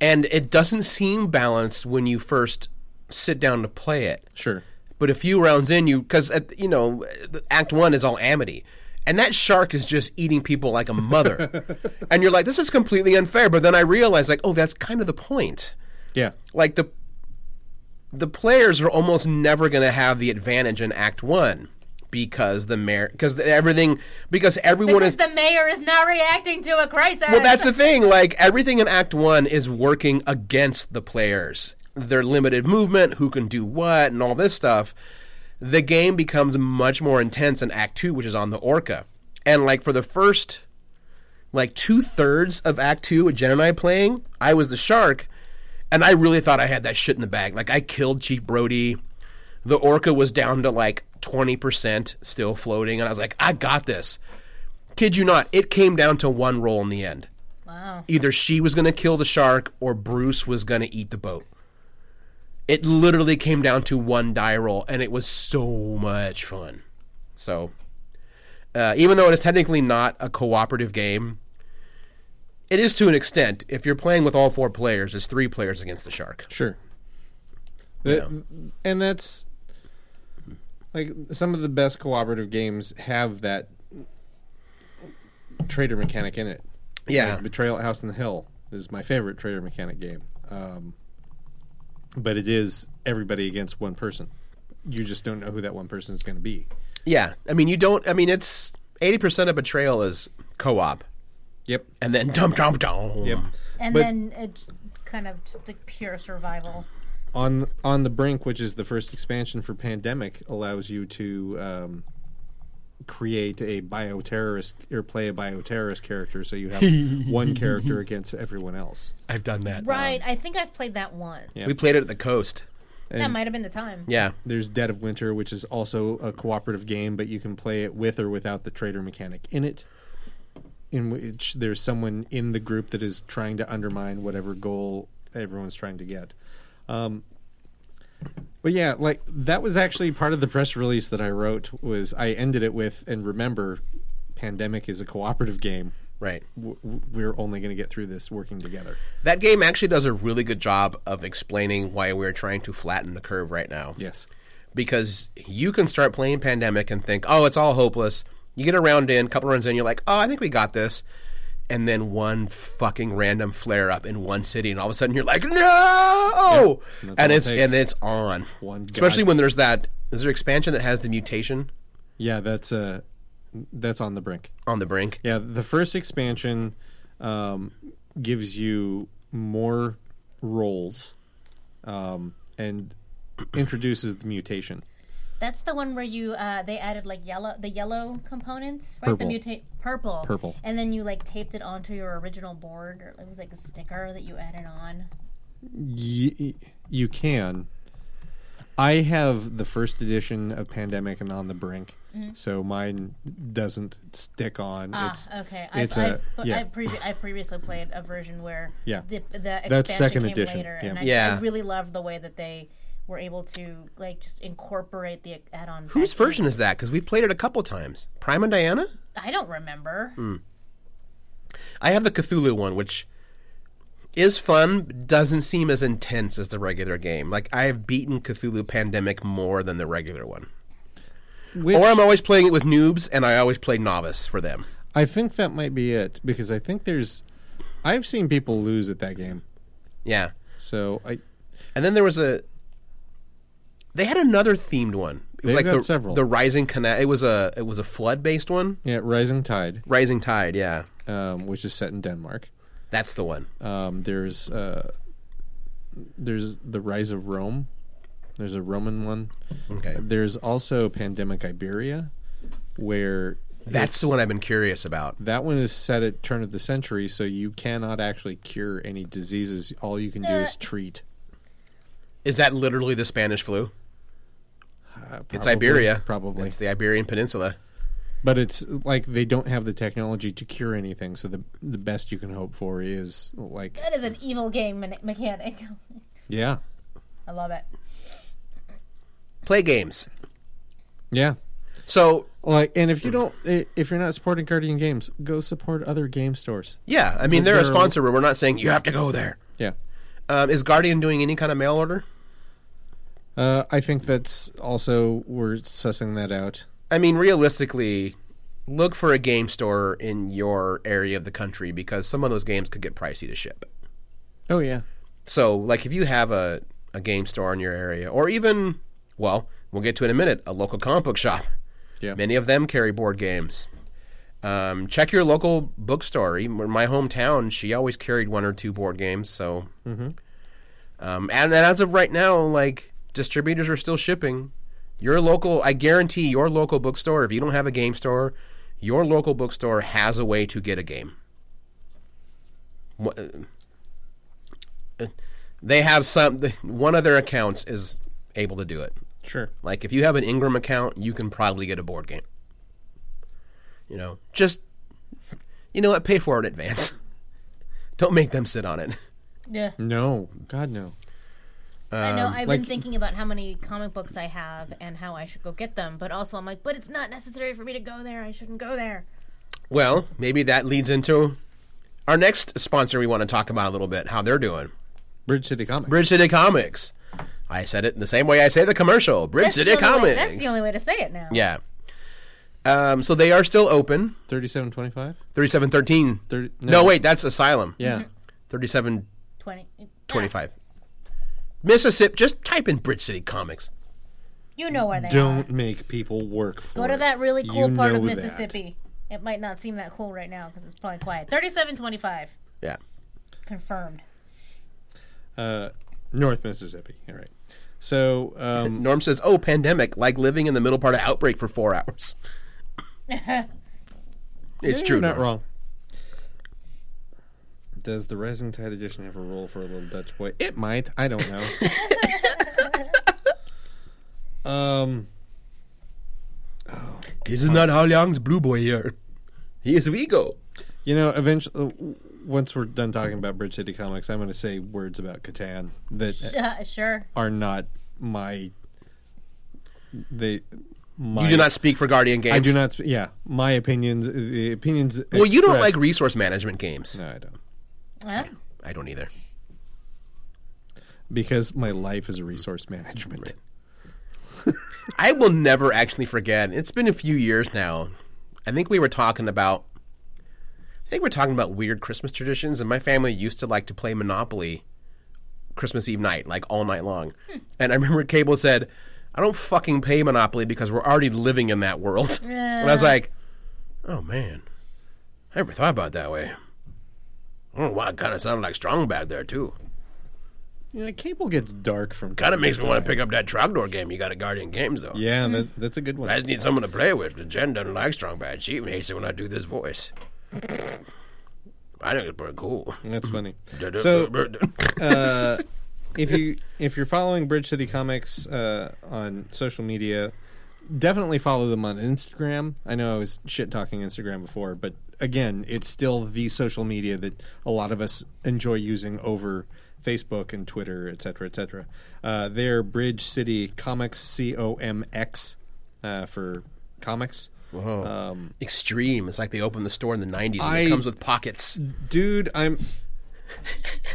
S1: and it doesn't seem balanced when you first sit down to play it.
S5: Sure.
S1: But a few rounds in, you because you know, the- Act One is all Amity, and that shark is just eating people like a mother, and you're like, this is completely unfair. But then I realize, like, oh, that's kind of the point.
S5: Yeah.
S1: Like the the players are almost never going to have the advantage in Act One because the mayor because everything because everyone
S4: Because
S1: is
S4: the mayor is not reacting to a crisis.
S1: well, that's the thing. Like everything in Act One is working against the players. Their limited movement, who can do what, and all this stuff. The game becomes much more intense in Act Two, which is on the Orca. And like for the first, like two thirds of Act Two, with Jen and I playing, I was the shark, and I really thought I had that shit in the bag. Like I killed Chief Brody. The Orca was down to like twenty percent, still floating, and I was like, I got this. Kid you not, it came down to one roll in the end.
S4: Wow.
S1: Either she was going to kill the shark or Bruce was going to eat the boat. It literally came down to one die roll, and it was so much fun. So, uh, even though it is technically not a cooperative game, it is to an extent. If you're playing with all four players, it's three players against the shark.
S5: Sure. The- And that's like some of the best cooperative games have that trader mechanic in it.
S1: Yeah.
S5: Like Betrayal at House on the Hill is my favorite trader mechanic game. Um, but it is everybody against one person. You just don't know who that one person is going to be.
S1: Yeah. I mean, you don't, I mean, it's 80% of betrayal is co op.
S5: Yep.
S1: and then dum dum dum.
S5: Yep.
S4: and
S5: But-
S4: then it's kind of just a pure survival.
S5: On on the brink, which is the first expansion for Pandemic, allows you to um, create a bioterrorist or play a bioterrorist character, so you have one character against everyone else.
S2: I've done that.
S4: Right. I think I've played that once.
S5: Um, Yeah.
S1: We played it at the coast.
S4: That might have been the time.
S1: Yeah.
S5: There's Dead of Winter, which is also a cooperative game, but you can play it with or without the traitor mechanic in it. In which there's someone in the group that is trying to undermine whatever goal everyone's trying to get. Um, but yeah, like that was actually part of the press release that I wrote. Was I ended it with and remember, pandemic is a cooperative game.
S1: Right.
S5: W- w- We're only going to get through this working together.
S1: That game actually does a really good job of explaining why we're trying to flatten the curve right now.
S5: Yes.
S1: Because you can start playing Pandemic and think, oh, it's all hopeless. You get a round in, couple runs in, you're like, oh, I think we got this. And then one fucking random flare up in one city, and all of a sudden you're like, no!
S5: and that's all
S1: and
S5: it
S1: it's
S5: takes.
S1: and it's on.
S5: One
S1: Especially
S5: god-
S1: when there's that is there expansion that has the mutation
S5: Yeah, that's uh, that's on the brink.
S1: on the brink?
S5: Yeah, the first expansion um, gives you more roles um, and introduces the mutation.
S4: That's the one where you uh, they added like yellow the yellow components, right?
S5: Purple.
S4: The mutate purple.
S5: Purple.
S4: And then you like taped it onto your original board or it was like a sticker that you added on.
S5: Y- you can. I have the first edition of Pandemic and On the Brink, so mine doesn't stick on.
S4: Mm-hmm. Ah,
S5: it's
S4: okay.
S5: it's
S4: I've,
S5: a-
S4: I've, but
S5: yeah.
S4: I've, previ- I've previously played a version where
S5: Yeah.
S4: the, the expansion
S5: second
S4: came
S5: edition,
S4: later,
S5: yeah.
S4: and I,
S1: Yeah.
S4: I really love the way that they were able to like just incorporate the add-on.
S1: Whose
S4: back in.
S1: version is that? Because we've played it a couple times. Prime and Diana?
S4: I don't remember.
S5: Hmm.
S1: I have the Cthulhu one, which is fun, but doesn't seem as intense as the regular game. Like I have beaten Cthulhu Pandemic more than the regular one.
S5: which-
S1: Or I'm always playing it with noobs, and I always play novice for them.
S5: I think that might be it because I think there's. I've seen people lose at that game,
S1: Yeah.
S5: so I.
S1: And then there was a. They had another themed one. It was like
S5: They've got
S1: the,
S5: several.
S1: the rising canal. It was a it was a flood based one.
S5: Yeah, Rising Tide,
S1: Rising tide. Yeah,
S5: um, which is set in Denmark.
S1: that's the one.
S5: Um, there's uh, there's the rise of Rome. There's a Roman one.
S1: Okay.
S5: There's also Pandemic Iberia, where
S1: That's the
S5: it's-
S1: one I've been curious about.
S5: That one is set at turn of the century, so you cannot actually cure any diseases. All you can do is treat.
S1: Is that literally the Spanish flu?
S5: Uh,
S1: It's
S5: probably-
S1: Iberia.
S5: probably,
S1: It's the Iberian Peninsula.
S5: but it's like they don't have the technology to cure anything. So the the best you can hope for is like
S4: That is an evil game me- mechanic.
S5: yeah,
S4: I love it.
S1: Play games.
S5: yeah.
S1: So
S5: Like, and if you don't, i- if you're not supporting Guardian Games, go support other game stores.
S1: Yeah, I mean they're a
S5: They're-
S1: sponsor, but we're not saying you have to go there.
S5: Yeah.
S1: Um, is Guardian doing any kind of mail order?
S5: Uh, I think that's also we're sussing that out.
S1: I mean, realistically, look for a game store in your area of the country because some of those games could get pricey to ship.
S5: Oh yeah,
S1: So, like, if you have a, a game store in your area, or even, well, we'll get to it in a minute, a local comic book shop.
S5: Yeah.
S1: Many of them carry board games. Um, check your local bookstore. Even in my hometown, she always carried one or two board games. So, um, and then as of right now, like distributors are still shipping. Your local, I guarantee, your local bookstore. If you don't have a game store, your local bookstore has a way to get a game. What- They have some. One of their accounts is able to do it.
S5: sure.
S1: Like if you have an Ingram account, you can probably get a board game. You know, just you know what, pay for it in advance. Don't make them sit on it.
S4: Yeah.
S5: No, God no.
S4: I
S1: Um,
S4: know. I've
S5: like-
S4: been thinking about how many comic books I have and how I should go get them, but also I'm like, but it's not necessary for me to go there. I shouldn't go there.
S1: Well, maybe that leads into our next sponsor we want to talk about a little bit, how they're doing.
S5: Bridge City Comics.
S1: Bridge City Comics. I said it in the same way I say the commercial. Bridge
S4: That's
S1: City
S4: the only
S1: Comics.
S4: Way, that's the only way to say it now.
S1: yeah. Um, so they are still open.
S5: thirty-seven twenty-five.
S1: Thirty-seven thirteen.
S5: Thirty-
S1: no.
S5: no.
S1: wait, that's Asylum.
S5: Yeah.
S4: Mm-hmm.
S1: Thirty-seven
S4: 20, ah,
S1: 25. Mississippi, just type in Bridge City Comics.
S4: you know where they are.
S5: Don't make people work for.
S4: Go to
S5: it.
S4: that really cool
S5: You
S4: part of
S5: know that.
S4: Mississippi. It might not seem that cool right now because it's probably quiet. Thirty-seven twenty-five
S1: Yeah.
S4: confirmed.
S5: Uh, North Mississippi. All right. So um,
S1: Norm says, "Oh, pandemic, like living in the middle part of outbreak for four hours." it's
S5: yeah,
S1: true.
S5: you're not
S1: Norm.
S5: wrong. Does the Resin Tide edition have a role for a little Dutch boy? It might. I don't know. um.
S1: This is not how Liang's blue boy here. He is Vigo.
S5: You know, eventually, once we're done talking about Bridge City Comics, I'm going to say words about Catan that
S4: Uh, sure.
S5: are not my. They. My,
S1: You do not speak for Guardian Games.
S5: I do not. sp- Yeah, my opinions. uh, The opinions.
S1: Well, you don't like
S5: expressed-
S1: resource management games.
S5: no, I don't.
S4: Huh?
S1: I don't either.
S5: Because my life is resource management.
S1: I will never actually forget. It's been a few years now. I think we were talking about. I think we're talking about weird Christmas traditions, and my family used to like to play Monopoly Christmas Eve night, like all night long. And I remember Cable said, "I don't fucking pay Monopoly because we're already living in that world." And I was like, "Oh man, I never thought about it that way." Oh wow, it kind of sounded like strong back there too.
S5: You know, cable gets dark from.
S1: Kind of makes me want to pick up that Trogdor game you got at Guardian Games though.
S5: Yeah, that, that's a good one.
S1: I just need someone to play with. because Jen doesn't like Strong Bad. She even hates it when I do this voice. I think it's pretty cool.
S5: That's funny. So, uh, if you if you're following Bridge City Comics uh, on social media, definitely follow them on Instagram. I know I was shit talking Instagram before, but again, it's still the social media that a lot of us enjoy using over Facebook and Twitter, et cetera, et cetera. Uh, they're Bridge City Comics, C O M X, uh, for comics.
S1: extreme. It's like they opened the store in the 90s. and
S5: I-
S1: it comes with pockets.
S5: Dude, I'm.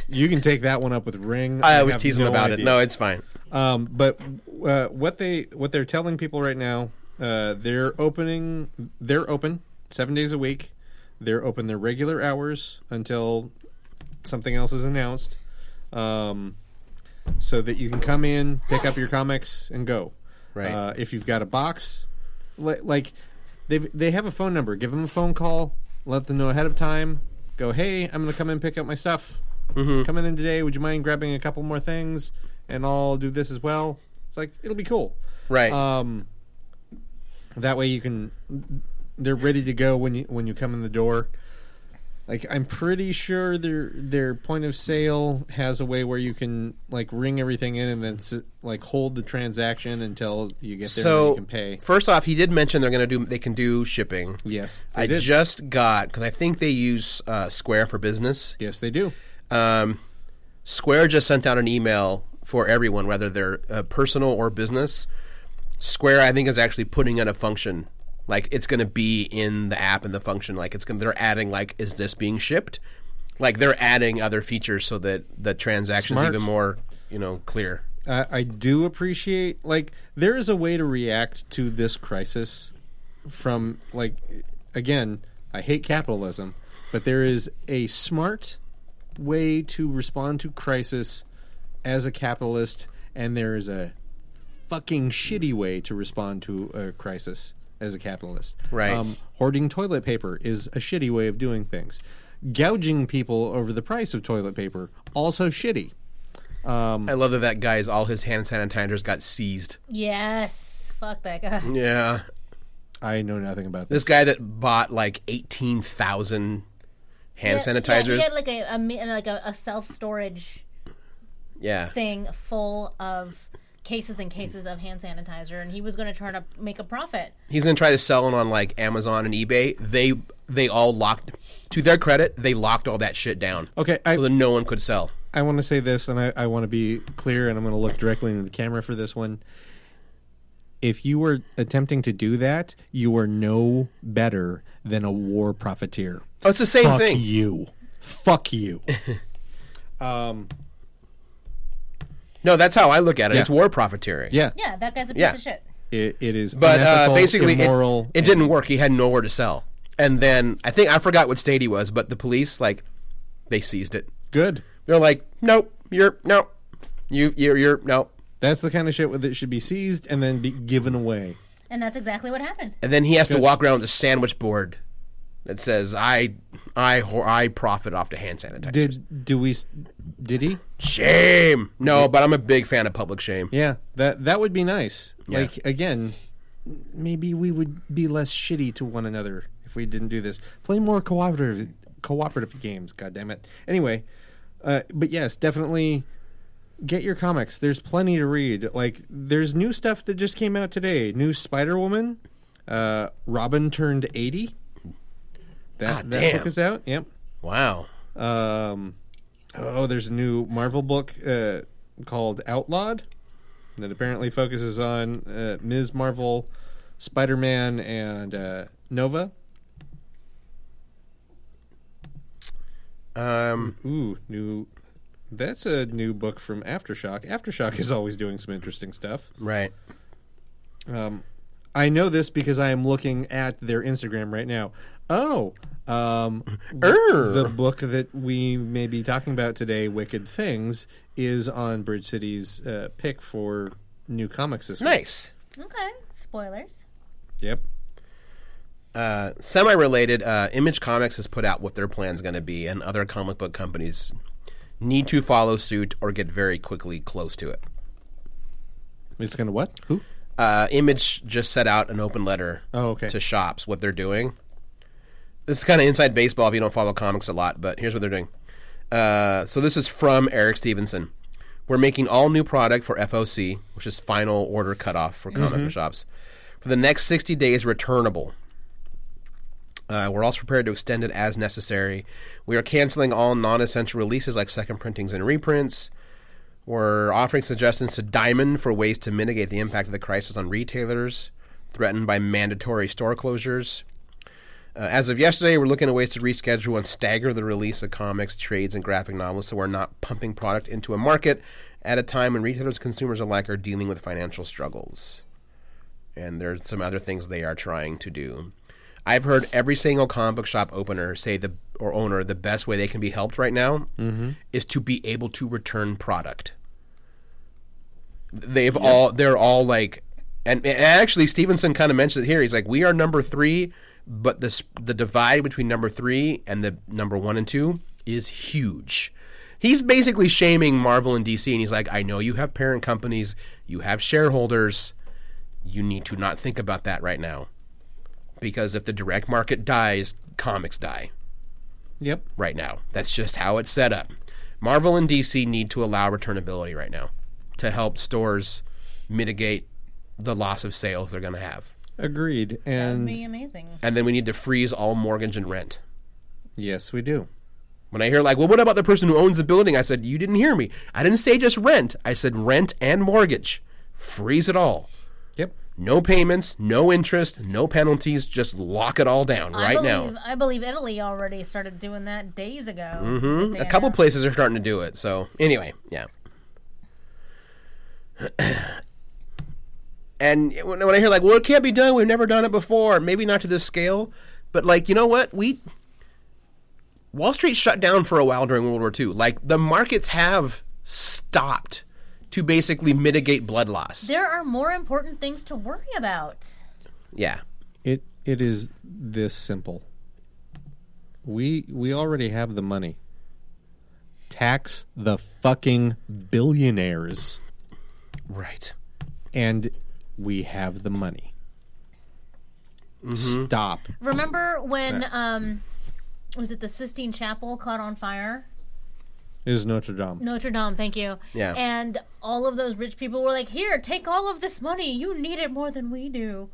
S5: You can take that one up with Ring.
S1: I always
S5: have
S1: tease them about
S5: idea.
S1: it. No, it's fine.
S5: Um, but uh, what they what they're telling people right now, uh, they're opening. They're open seven days a week. They're open their regular hours until something else is announced, um, so that you can come in, pick up your comics, and go.
S1: Right.
S5: Uh, if you've got a box, li- like they they have a phone number, give them a phone call, let them know ahead of time. Go, hey, I'm going to come in and pick up my stuff. Coming in today. Would you mind grabbing a couple more things? And I'll do this as well. It's like it'll be cool.
S1: Right.
S5: Um, that way you can. They're ready to go when you when you come in the door. Like I'm pretty sure their their point of sale has a way where you can like ring everything in and then s- like hold the transaction until you get there and
S1: so,
S5: you can pay.
S1: first off, he did mention they're going to do. They can do shipping.
S5: Yes, they
S1: I
S5: did.
S1: just got because I think they use uh, Square for business.
S5: yes, they do.
S1: Um, Square just sent out an email for everyone, whether they're uh, personal or business. Square, I think, is actually putting in a function. Like it's going to be in the app and the function. Like it's going. They're adding like, is this being shipped? Like they're adding other features so that the transaction's
S5: Smart.
S1: even more, you know, clear.
S5: I, I do appreciate like there is a way to react to this crisis from like again I hate capitalism but there is a smart way to respond to crisis as a capitalist and there is a fucking shitty way to respond to a crisis as a capitalist Um,
S1: Right.
S5: hoarding toilet paper is a shitty way of doing things gouging people over the price of toilet paper also shitty
S1: I love that that guy's all his hand sanitizers got seized.
S4: Yes. Fuck that guy.
S1: Yeah,
S5: I know nothing about
S1: this guy that bought like eighteen thousand hand
S4: Yeah,
S1: sanitizers.
S4: Yeah, he had like a, a mi- like a, a self storage
S1: yeah.
S4: thing full of cases and cases of hand sanitizer, and he was going to try to make a profit.
S1: he's gonna try to sell it on like Amazon and eBay. They they all locked to their credit, they locked all that shit down.
S5: Okay, I-
S1: so that no one could sell.
S5: I want to say this, and I, I want to be clear, and I'm going to look directly into the camera for this one. If you were attempting to do that, you were no better than a war profiteer.
S1: Oh, it's the same
S5: Fuck
S1: thing.
S5: you. Fuck you.
S1: No, that's how I look at it. It's
S5: Yeah.
S1: war profiteering.
S5: Yeah,
S4: Yeah, that guy's a piece
S1: Yeah.
S4: of shit.
S5: it, it is.
S1: But uh,
S5: unethical,
S1: basically, it-
S5: immoral.
S1: it, didn't work. He had nowhere to sell. And then I think I forgot what state he was, but the police like they seized it.
S5: Good.
S1: They're like, nope, you're nope, you you're you're nope.
S5: That's the kind of shit that should be seized and then be given away.
S4: And that's exactly what happened.
S1: And then he has to walk around with a sandwich board that says I I hor- I profit off the hand sanitizer.
S5: Did do we? s- Did he?
S1: shame. No, but I'm a big fan of public shame.
S5: Yeah, that that would be nice.
S1: Yeah.
S5: Like again, maybe we would be less shitty to one another if we didn't do this. Play more cooperative cooperative games. God damn it. Anyway, uh, but yes, definitely get your comics. There's plenty to read. Like there's new stuff that just came out today. New Spider Woman. Uh, Robin turned eighty. That,
S1: Ah,
S5: that
S1: damn.
S5: book is out. Yep.
S1: Wow.
S5: Um, oh, there's a new Marvel book uh, called Outlawed that apparently focuses on uh, Ms. Marvel, Spider Man, and uh, Nova.
S1: Um,
S5: Ooh, new. That's a new book from Aftershock. Aftershock is always doing some interesting stuff.
S1: right.
S5: Um, I know this because I am looking at their Instagram right now. Oh, um,
S1: Er.
S5: the book that we may be talking about today, Wicked Things, is on Bridge City's uh, pick for new comics this week.
S1: Nice.
S4: Okay. Spoilers.
S5: Yep.
S1: Uh, semi-related, uh, Image Comics has put out what their plan's going to be, and other comic book companies need to follow suit or get very quickly close to it.
S5: It's gonna what? Who?
S1: Uh, Image just set out an open letter
S5: Oh, okay.
S1: to shops what they're doing. This is kind of inside baseball if you don't follow comics a lot, but here's what they're doing. Uh, so this is from Eric Stevenson. We're making all new product for FOC, which is final order cutoff for comic
S5: Mm-hmm.
S1: book shops, for the next 60 days returnable. Uh, we're also prepared to extend it as necessary. We are canceling all non-essential releases like second printings and reprints. We're offering suggestions to Diamond for ways to mitigate the impact of the crisis on retailers threatened by mandatory store closures. Uh, as of yesterday, we're looking at ways to reschedule and stagger the release of comics, trades, and graphic novels so we're not pumping product into a market at a time when retailers and consumers alike are dealing with financial struggles. And there's some other things they are trying to do. I've heard every single comic book shop opener say the or owner the best way they can be helped right now is to be able to return product. They've all they're all like, and, and actually Stevenson kind of mentions it here. He's like, we are number three, but the sp- the divide between number three and the number one and two is huge. He's basically shaming Marvel and DC, and he's like, I know you have parent companies, you have shareholders, you need to not think about that right now, because if the direct market dies, comics die
S5: Yep.
S1: right now. That's just how it's set up. Marvel and DC need to allow returnability right now to help stores mitigate the loss of sales they're going to have.
S5: Agreed.
S1: Mm.
S4: That'd be
S5: And
S4: amazing.
S1: And then we need to freeze all mortgage and rent.
S5: yes, we do.
S1: When I hear like, well, what about the person who owns the building? I said, you didn't hear me. I didn't say just rent. I said rent and mortgage. Freeze it all.
S5: Yep.
S1: No payments, no interest, no penalties. Just lock it all down right
S4: I
S1: now.
S4: believe, I believe Italy already started doing that days ago.
S1: A couple places are starting to do it. So anyway, yeah. and when when I hear like, well, it can't be done. We've never done it before. Maybe not to this scale, but like, you know what? We Wall Street shut down for a while during World War II. Like the markets have stopped to basically mitigate blood loss.
S4: There are more important things to worry about.
S1: Yeah.
S5: It it is this simple. We we already have the money. Tax the fucking billionaires.
S1: Right.
S5: and we have the money. Stop.
S4: Remember when um was it the Sistine Chapel caught on fire?
S5: Is Notre Dame.
S4: Notre Dame, thank you.
S1: Yeah.
S4: And all of those rich people were like, "Here, take all of this money. You need it more than we do."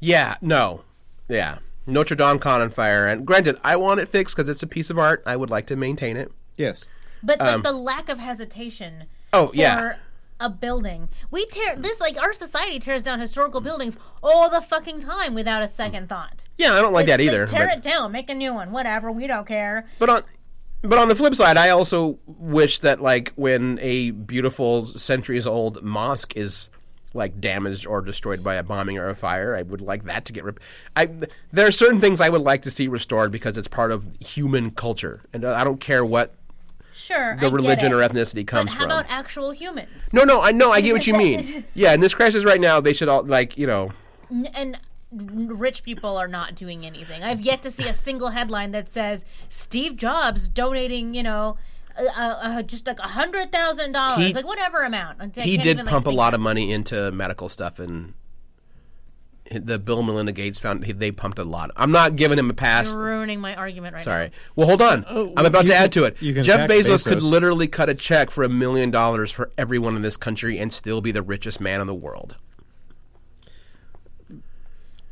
S1: Yeah, no. Yeah. Notre Dame caught on fire. And granted, I want it fixed because it's a piece of art. I would like to maintain it.
S5: Yes.
S4: But like, the lack of hesitation
S1: Um, Oh, yeah.
S4: for a building. We tear this like our society tears down historical buildings all the fucking time without a second thought.
S1: Yeah, I don't like that
S4: It's
S1: either.
S4: Like, tear
S1: but,
S4: it down, make a new one, whatever. We don't care.
S1: but on but on the flip side, I also wish that like when a beautiful centuries old mosque is like damaged or destroyed by a bombing or a fire, I would like that to get rep- I there are certain things I would like to see restored because it's part of human culture, and I don't care what
S4: Sure,
S1: the
S4: I get
S1: religion
S4: it.
S1: or ethnicity
S4: But
S1: comes
S4: how
S1: from.
S4: about actual humans?
S1: no, no, I know, I get what you mean. yeah, in this crisis right now, they should all like you know.
S4: N- And rich people are not doing anything. I've yet to see a single headline that says Steve Jobs donating, you know, uh, uh, just like a hundred thousand dollars,
S1: He-
S4: like whatever amount. I
S1: he
S4: can't
S1: did
S4: even, like,
S1: pump a
S4: think
S1: lot of money into medical stuff and the Bill and Melinda Gates found they pumped a lot. I'm not giving him a pass.
S4: You're ruining my argument right
S1: Sorry. Well, hold on. I'm about
S5: Oh, you
S1: to
S5: can-
S1: add to it.
S5: you can
S1: Jeff
S5: attack
S1: Bezos, could
S5: Bezos.
S1: literally cut a check for a million dollars for everyone in this country and still be the richest man in the world.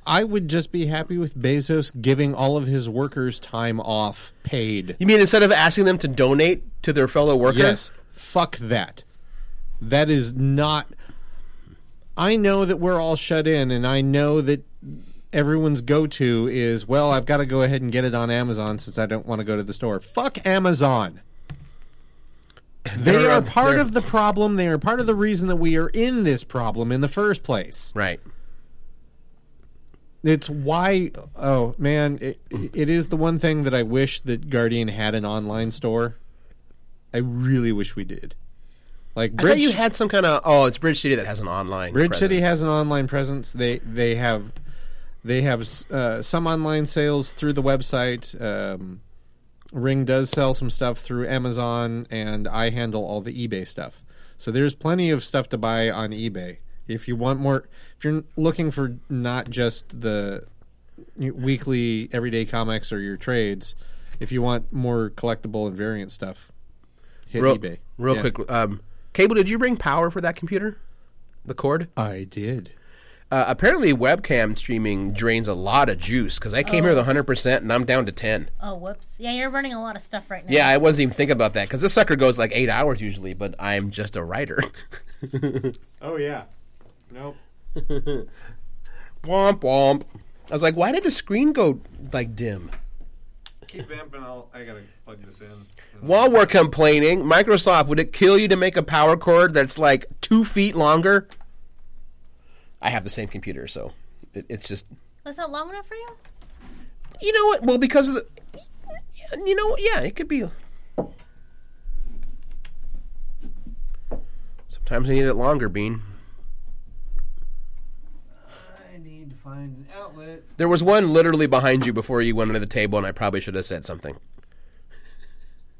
S5: I would just be happy with Bezos giving all of his workers time off paid.
S1: You mean instead of asking them to donate to their fellow workers?
S5: Yes. Fuck that. That is not. I know that we're all shut in, and I know that everyone's go to is, well, I've got to go ahead and get it on Amazon since I don't want to go to the store. Fuck Amazon. They
S1: They're-
S5: are part
S1: they're-
S5: of the problem. They are part of the reason that we are in this problem in the first place.
S1: Right.
S5: It's why, oh man, it, it is the one thing that I wish that Guardian had an online store. I really wish we did. Like
S1: I thought
S5: Bridge,
S1: you had some kind of oh, it's Bridge City that has an online.
S5: Bridge
S1: presence.
S5: City has an online presence. They they have they have uh, some online sales through the website. Um, Ring does sell some stuff through Amazon, and I handle all the eBay stuff. So there's plenty of stuff to buy on eBay. If you want more, if you're looking for not just the weekly everyday comics or your trades, if you want more collectible and variant stuff, hit
S1: real,
S5: eBay.
S1: real
S5: Yeah.
S1: quick. Um, Cable, did you bring power for that computer? The cord?
S5: I did.
S1: Uh, apparently, webcam streaming drains a lot of juice because I came here with 100% and I'm down to 10.
S4: now. Oh, whoops. Yeah, you're running a lot of stuff right now.
S1: Yeah, I wasn't even thinking about that because this sucker goes like eight hours usually, but I'm just a writer.
S5: Oh yeah. Nope.
S1: womp womp. I was like, why did the screen go like dim?
S2: Keep vamping. I'll, I gotta plug this in.
S1: While we're complaining, Microsoft, would it kill you to make a power cord that's like two feet longer? I have the same computer, so it, it's just
S4: That's not long enough for you?
S1: you know what? Well, because of the you know, what? yeah, it could be. Sometimes I need it longer, Bean.
S2: I need to find an outlet.
S1: There was one literally behind you before you went under the table, and I probably should have said something.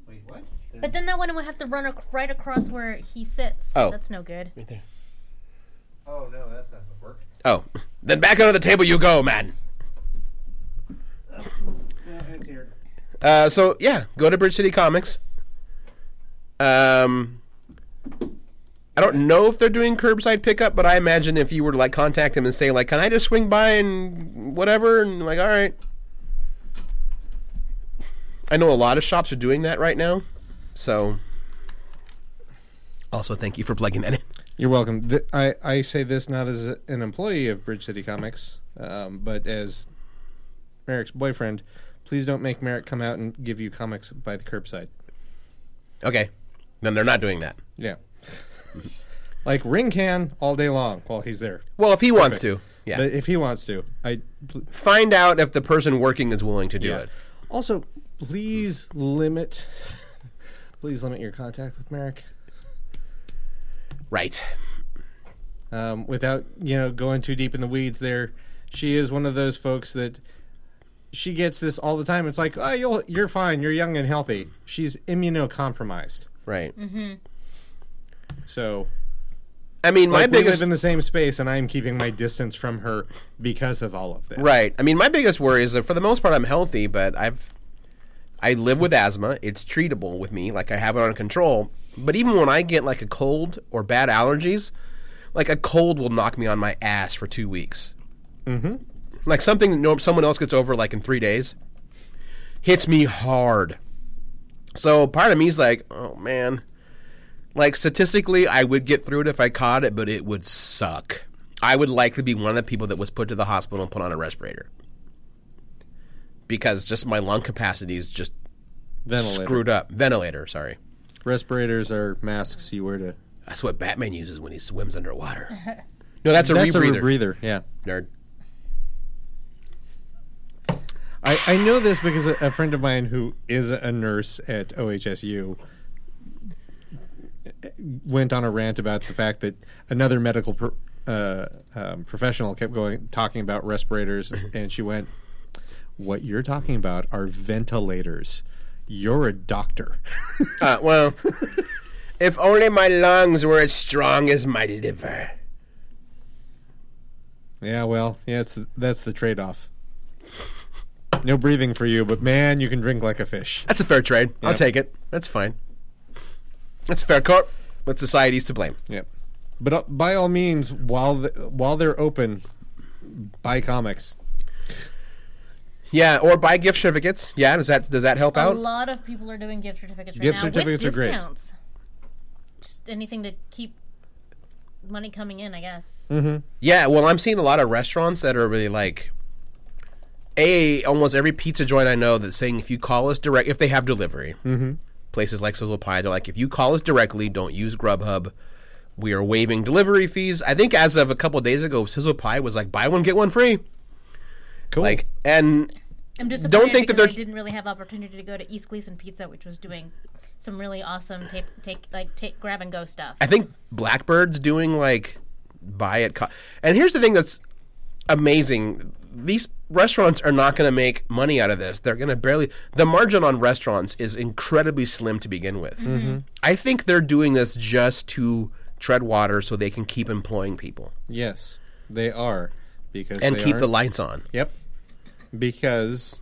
S2: Wait, what?
S4: But then that one would have to run ac- right across where he sits.
S1: Oh.
S4: That's no good.
S1: Right there.
S2: Oh no, that's not gonna work.
S1: Oh, then back under the table you go, man.
S2: No, it's here.
S1: Uh, so yeah, go to Bridge City Comics. Um, I don't know if they're doing curbside pickup, but I imagine if you were to like contact them and say like, "Can I just swing by and whatever?" and like, all right. I know a lot of shops are doing that right now, so. Also, thank you for plugging that in.
S5: You're welcome. Th- I, I say this not as a- an employee of Bridge City Comics, um, but as Merrick's boyfriend. Please don't make Merrick come out and give you comics by the curbside.
S1: Okay, then they're not doing that.
S5: Yeah. like Ring can all day long while he's there.
S1: Well, if he wants to, yeah.
S5: But if he wants to, I pl-
S1: Find out if the person working is willing to do it.
S5: Also, please limit please limit your contact with Merrick.
S1: Right.
S5: um, without you know going too deep in the weeds there she is one of those folks that she gets this all the time it's like oh you'll, you're fine you're young and healthy she's immunocompromised
S1: Right.
S5: so
S1: I mean, my
S5: like, we
S1: biggest
S5: live in the same space and i'm keeping my distance from her because of all of this
S1: Right. I mean, my biggest worry is that for the most part, I'm healthy, but I've I live with asthma. It's treatable with me, like I have it under control. But even when I get like a cold or bad allergies, like a cold will knock me on my ass for two weeks. Mm-hmm. Like something that no, someone else gets over like in three days hits me hard. So part of me is like, oh man. Like statistically, I would get through it if I caught it, but it would suck. I would likely be one of the people that was put to the hospital and put on a respirator because just my lung capacity is just
S5: ventilator
S1: screwed up. Ventilator, sorry.
S5: respirators are masks you wear to
S1: That's what Batman uses when he swims underwater. No, that's a rebreather.
S5: rebreather yeah
S1: Nerd.
S5: I, I know this because a, a friend of mine who is a nurse at OHSU uh, went on a rant about the fact that another medical pr- uh, um, professional kept going talking about respirators, and she went, "What you're talking about are ventilators. You're a doctor."
S1: Uh, well, if only my lungs were as strong as my liver.
S5: yeah, well, yeah, it's the, that's the trade-off. No breathing for you, but man, you can drink like a fish.
S1: That's a fair trade. I'll
S5: Yeah.
S1: take it. That's fine. That's a fair court. But society's to blame.
S5: Yep. But uh, by all means, while the, while they're open, buy comics.
S1: Yeah, or buy gift certificates. Yeah, does that does that help
S4: A
S1: out?
S4: lot of people are doing gift certificates right
S5: Gift
S4: now
S5: certificates are
S4: with
S5: great.
S4: discounts. Just anything to keep money coming in, I guess.
S1: Yeah, well, I'm seeing a lot of restaurants that are really like a almost every pizza joint I know that's saying if you call us direct if they have delivery. Mm-hmm. Places like Sizzle Pie, they're like if you call us directly, don't use Grubhub. We are waiving delivery fees. I think as of a couple days ago, Sizzle Pie was like buy one get one free.
S5: Cool.
S1: Like and
S4: I'm disappointed
S1: think that
S4: because
S1: there's-
S4: I didn't really have opportunity to go to East Gleason Pizza, which was doing some really awesome take, take like take grab and go stuff.
S1: I think Blackbird's doing like buy at co- and here's the thing that's amazing. These restaurants are not going to make money out of this. They're going to barely the margin on restaurants is incredibly slim to begin with.
S5: Mm-hmm.
S1: I think they're doing this just to tread water so they can keep employing people
S5: yes, they are because
S1: and
S5: they
S1: keep the
S5: aren't-
S1: lights on.
S5: Yep. Because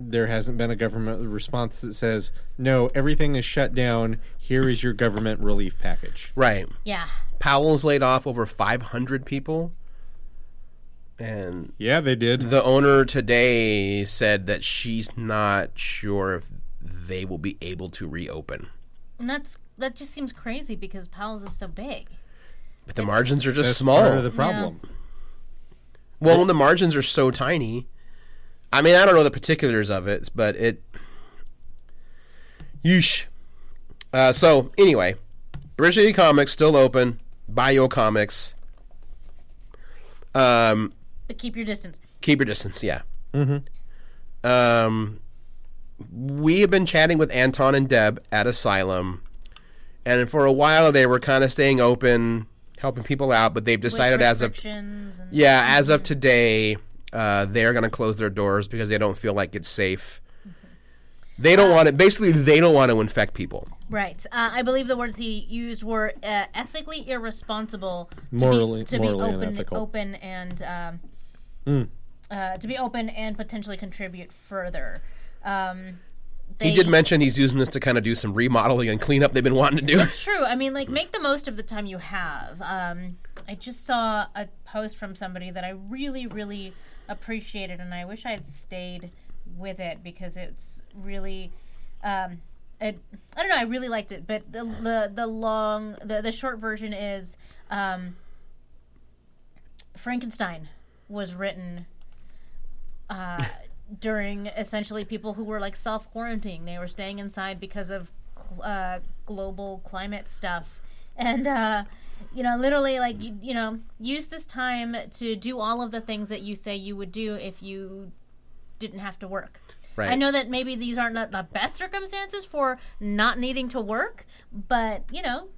S5: there hasn't been a government response that says, no, everything is shut down. Here is your government relief package.
S1: Right.
S4: yeah,
S1: Powell's laid off over 500 people and
S5: Yeah, they did.
S1: the owner today said that she's not sure if they will be able to reopen.
S4: and that's that just seems crazy because Powell's is so big.
S1: But the margins are just
S5: That's
S1: small.
S5: part of the problem.
S1: well, when the margins are so tiny, I mean, I don't know the particulars of it, but it. Yeesh. Uh, so, anyway, Bridge City Comics still open. Buy your comics. Um,
S4: But keep your distance.
S1: keep your distance. Yeah. Mm-hmm. Um, we have been chatting with Anton and Deb at Asylum, and for a while they were kind of staying open, helping people out, but they've
S4: with
S1: decided as of
S4: restrictions Mm-hmm. and-
S1: yeah, as of today, uh, they're going to close their doors because they don't feel like it's safe.
S4: Mm-hmm.
S1: They
S4: Uh,
S1: don't want to. Basically, they don't want to infect people.
S4: Right. Uh, I believe the words he used were uh, ethically irresponsible, to be-
S5: Morally-
S4: to be,
S5: morally
S4: open,
S5: unethical.
S4: open and um,
S1: Hmm.
S4: uh, to be open and potentially contribute further. Um,
S1: He
S4: they-
S1: did mention he's using this to kind of do some remodeling and cleanup they've been wanting to do.
S4: It's true. I mean, like, make the most of the time you have. Um, I just saw a post from somebody that I really, really appreciated, and I wish I had stayed with it because it's really. Um, it, I don't know. I really liked it, but the the, the long the, the short version is um, Frankenstein was written uh, during essentially people who were like self quarantining. They were staying inside because of cl- uh, global climate stuff. And, uh, you know, literally, like, you, you know, use this time to do all of the things that you say you would do if you didn't have to work.
S1: Right.
S4: I know that maybe these aren't the- the best circumstances for not needing to work, but, you know,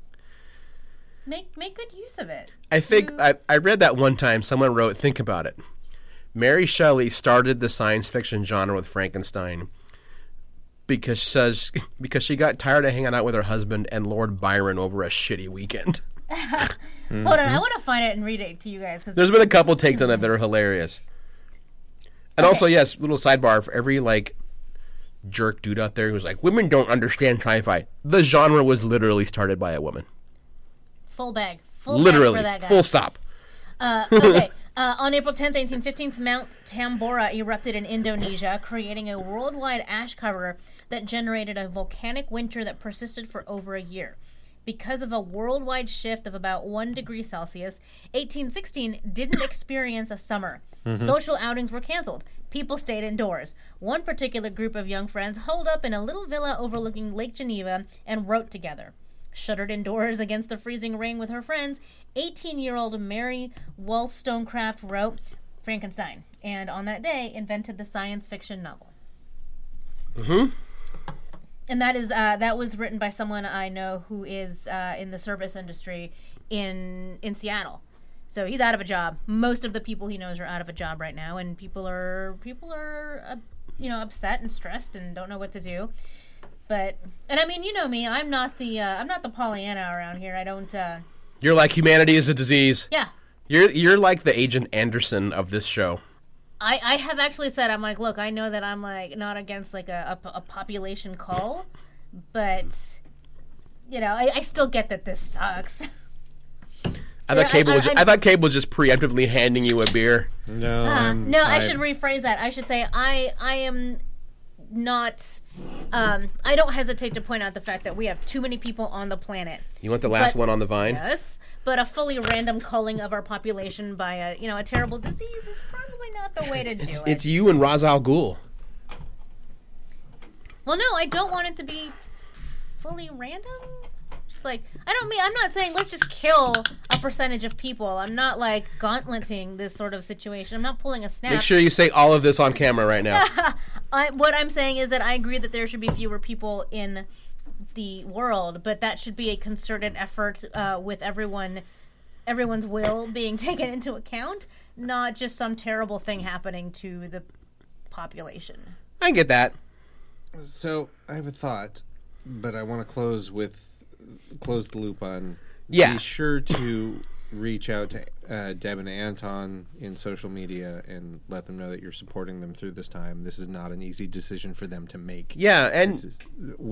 S4: make make good use of it.
S1: I think
S4: Mm-hmm.
S1: I, I read that one time someone wrote, think about it. Mary Shelley started the science fiction genre with Frankenstein because says because she got tired of hanging out with her husband and Lord Byron over a shitty weekend.
S4: Hold on, I want to find it and read it to you guys because
S1: Mm-hmm. There's been a couple takes on it that are hilarious. And also, yes, little sidebar for every like jerk dude out there who's like, women don't understand sci-fi. The genre was literally started by a woman.
S4: full bag, full
S1: Literally,
S4: bag for that guy.
S1: full stop.
S4: okay. Uh, on April 10th, 1815, Mount Tambora erupted in Indonesia, creating a worldwide ash cover that generated a volcanic winter that persisted for over a year. Because of a worldwide shift of about 1 degree Celsius, 1816 didn't experience a summer.
S1: Mm-hmm.
S4: Social outings were canceled. People stayed indoors. One particular group of young friends holed up in a little villa overlooking Lake Geneva and wrote together. Shuttered indoors against the freezing rain with her friends, 18 year old Mary Wollstonecraft wrote Frankenstein and on that day invented the science fiction novel. Mm-hmm. And that is uh, that was written by someone I know who is uh, in the service industry in in Seattle. So he's out of a job. Most of the people he knows are out of a job right now, and people are people are uh, you know upset and stressed and don't know what to do. But and I mean, you know me, I'm not the uh, I'm not the Pollyanna around here. I don't. Uh,
S1: You're like humanity is a disease.
S4: yeah,
S1: You're you're like the Agent Anderson of this show.
S4: I, I have actually said I'm like, look, I know that I'm like not against like a, a, a population call, but you know, I, I still get that this sucks.
S1: I thought
S4: I-
S1: cable. was
S4: I-
S1: just, I thought cable was just preemptively handing you a beer.
S5: No, um,
S4: Uh,
S5: I'm-
S4: no, I
S5: I'm-
S4: should rephrase that. I should say I I am not. Um, I don't hesitate to point out the fact that we have too many people on the planet.
S1: You want the last
S4: But-
S1: one on the vine?
S4: Yes, but a fully random culling of our population by a you know a terrible disease is probably not the way to
S1: It's,
S4: do it.
S1: it's you and Ra's al Ghul.
S4: Well, no, I don't want it to be fully random. Just like I don't mean I'm not saying let's just kill a percentage of people. I'm not like gauntleting this sort of situation. I'm not pulling a snap.
S1: Make sure you say all of this on camera right now.
S4: I, what I'm saying is that I agree that there should be fewer people in the world, but that should be a concerted effort uh, with everyone, everyone's will being taken into account, not just some terrible thing happening to the population.
S1: I get that.
S5: So I have a thought, but I want to close with close the loop on.
S1: Yeah.
S5: Be sure to reach out to uh, Deb and Anton in social media and let them know that you're supporting them through this time. This is not an easy decision for them to make.
S1: Yeah, and
S5: This is,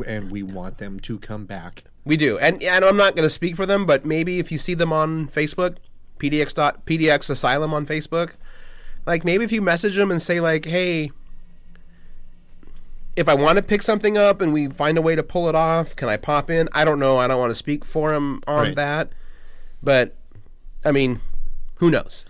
S5: and we want them to come back.
S1: we do. And and I'm not going to speak for them, but maybe if you see them on Facebook, PDX dot PDX Asylum on Facebook, like maybe if you message them and say like, hey. If I want to pick something up and we find a way to pull it off, can I pop in? I don't know. I don't want to speak for him on
S5: Right.
S1: that. But, I mean, who knows?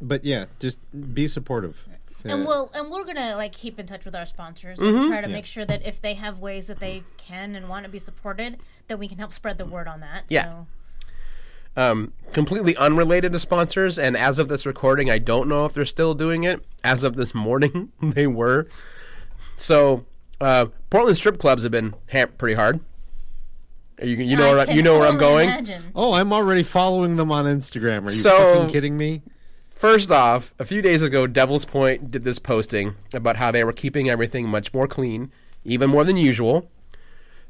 S5: But yeah, just be supportive.
S4: and
S5: Uh,
S4: we'll and we're gonna like keep in touch with our sponsors
S1: Mm-hmm.
S4: and try to make sure that if they have ways that they can and want to be supported, that we can help spread the word on that.
S1: Yeah.
S4: So,
S1: um, completely unrelated to sponsors. And as of this recording, I don't know if they're still doing it. As of this morning, they were. So uh, Portland strip clubs have been ham- pretty hard. You, you know
S4: I
S1: where, I-
S4: can
S1: you know where I'm
S4: only
S1: going.
S4: imagine.
S5: Oh, I'm already following them on Instagram. Are you
S1: So-
S5: fucking kidding me?
S1: First off, a few days ago, Devil's Point did this posting about how they were keeping everything much more clean, even more than usual.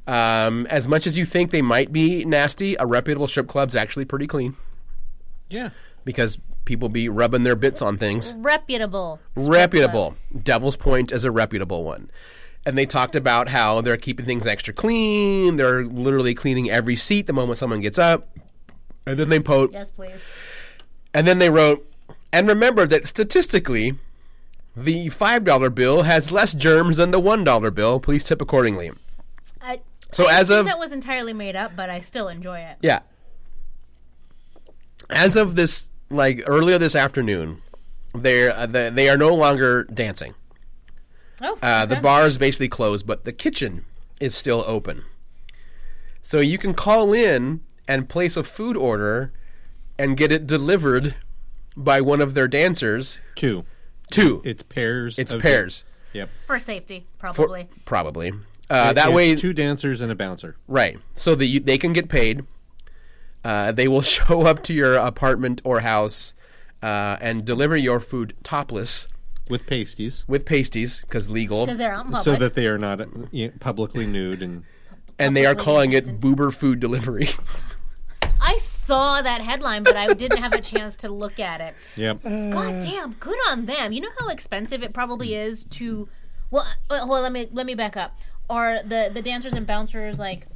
S1: Um, as much as you think they might be nasty, a reputable strip club's actually pretty clean
S5: Yeah.
S1: because people be rubbing their bits on things.
S4: Reputable.
S1: reputable. Devil's Point is a reputable one. And they talked about how they're keeping things extra clean. They're literally cleaning every seat the moment someone gets up. And then they po-
S4: Yes, please.
S1: and then they wrote, and remember that statistically, the five dollar bill has less germs than the one dollar bill. Please tip accordingly.
S4: I,
S1: So
S4: I
S1: as
S4: think
S1: of
S4: that was entirely made up, but I still enjoy it.
S1: Yeah. As of this, like earlier this afternoon, they're uh, they, they are no longer dancing.
S4: Oh,
S1: Uh,
S4: okay.
S1: The bar is basically closed, but the kitchen is still open. So you can call in and place a food order and get it delivered by one of their dancers.
S5: Two.
S1: Two.
S5: It's pairs.
S1: It's
S5: of-
S1: pairs.
S5: Yep.
S4: for safety,
S1: For-
S4: probably.
S1: probably. Uh, that
S5: It's
S1: way,
S5: two dancers and a bouncer.
S1: right. So that you, they can get paid. Uh, they will show up to your apartment or house uh, and deliver your food topless
S5: with pasties
S1: with pasties because legal.
S4: Because they're out in public.
S5: so that they are not uh, you know, publicly nude and
S1: and they are
S4: publicly
S1: calling it
S4: isn't-
S1: boober food delivery.
S4: I saw that headline, but I didn't have a chance to look at it.
S5: yep
S4: God
S1: Mm.
S4: damn, good on them. You know how expensive it probably is to well, uh, well let me let me back up. Are the the dancers and bouncers like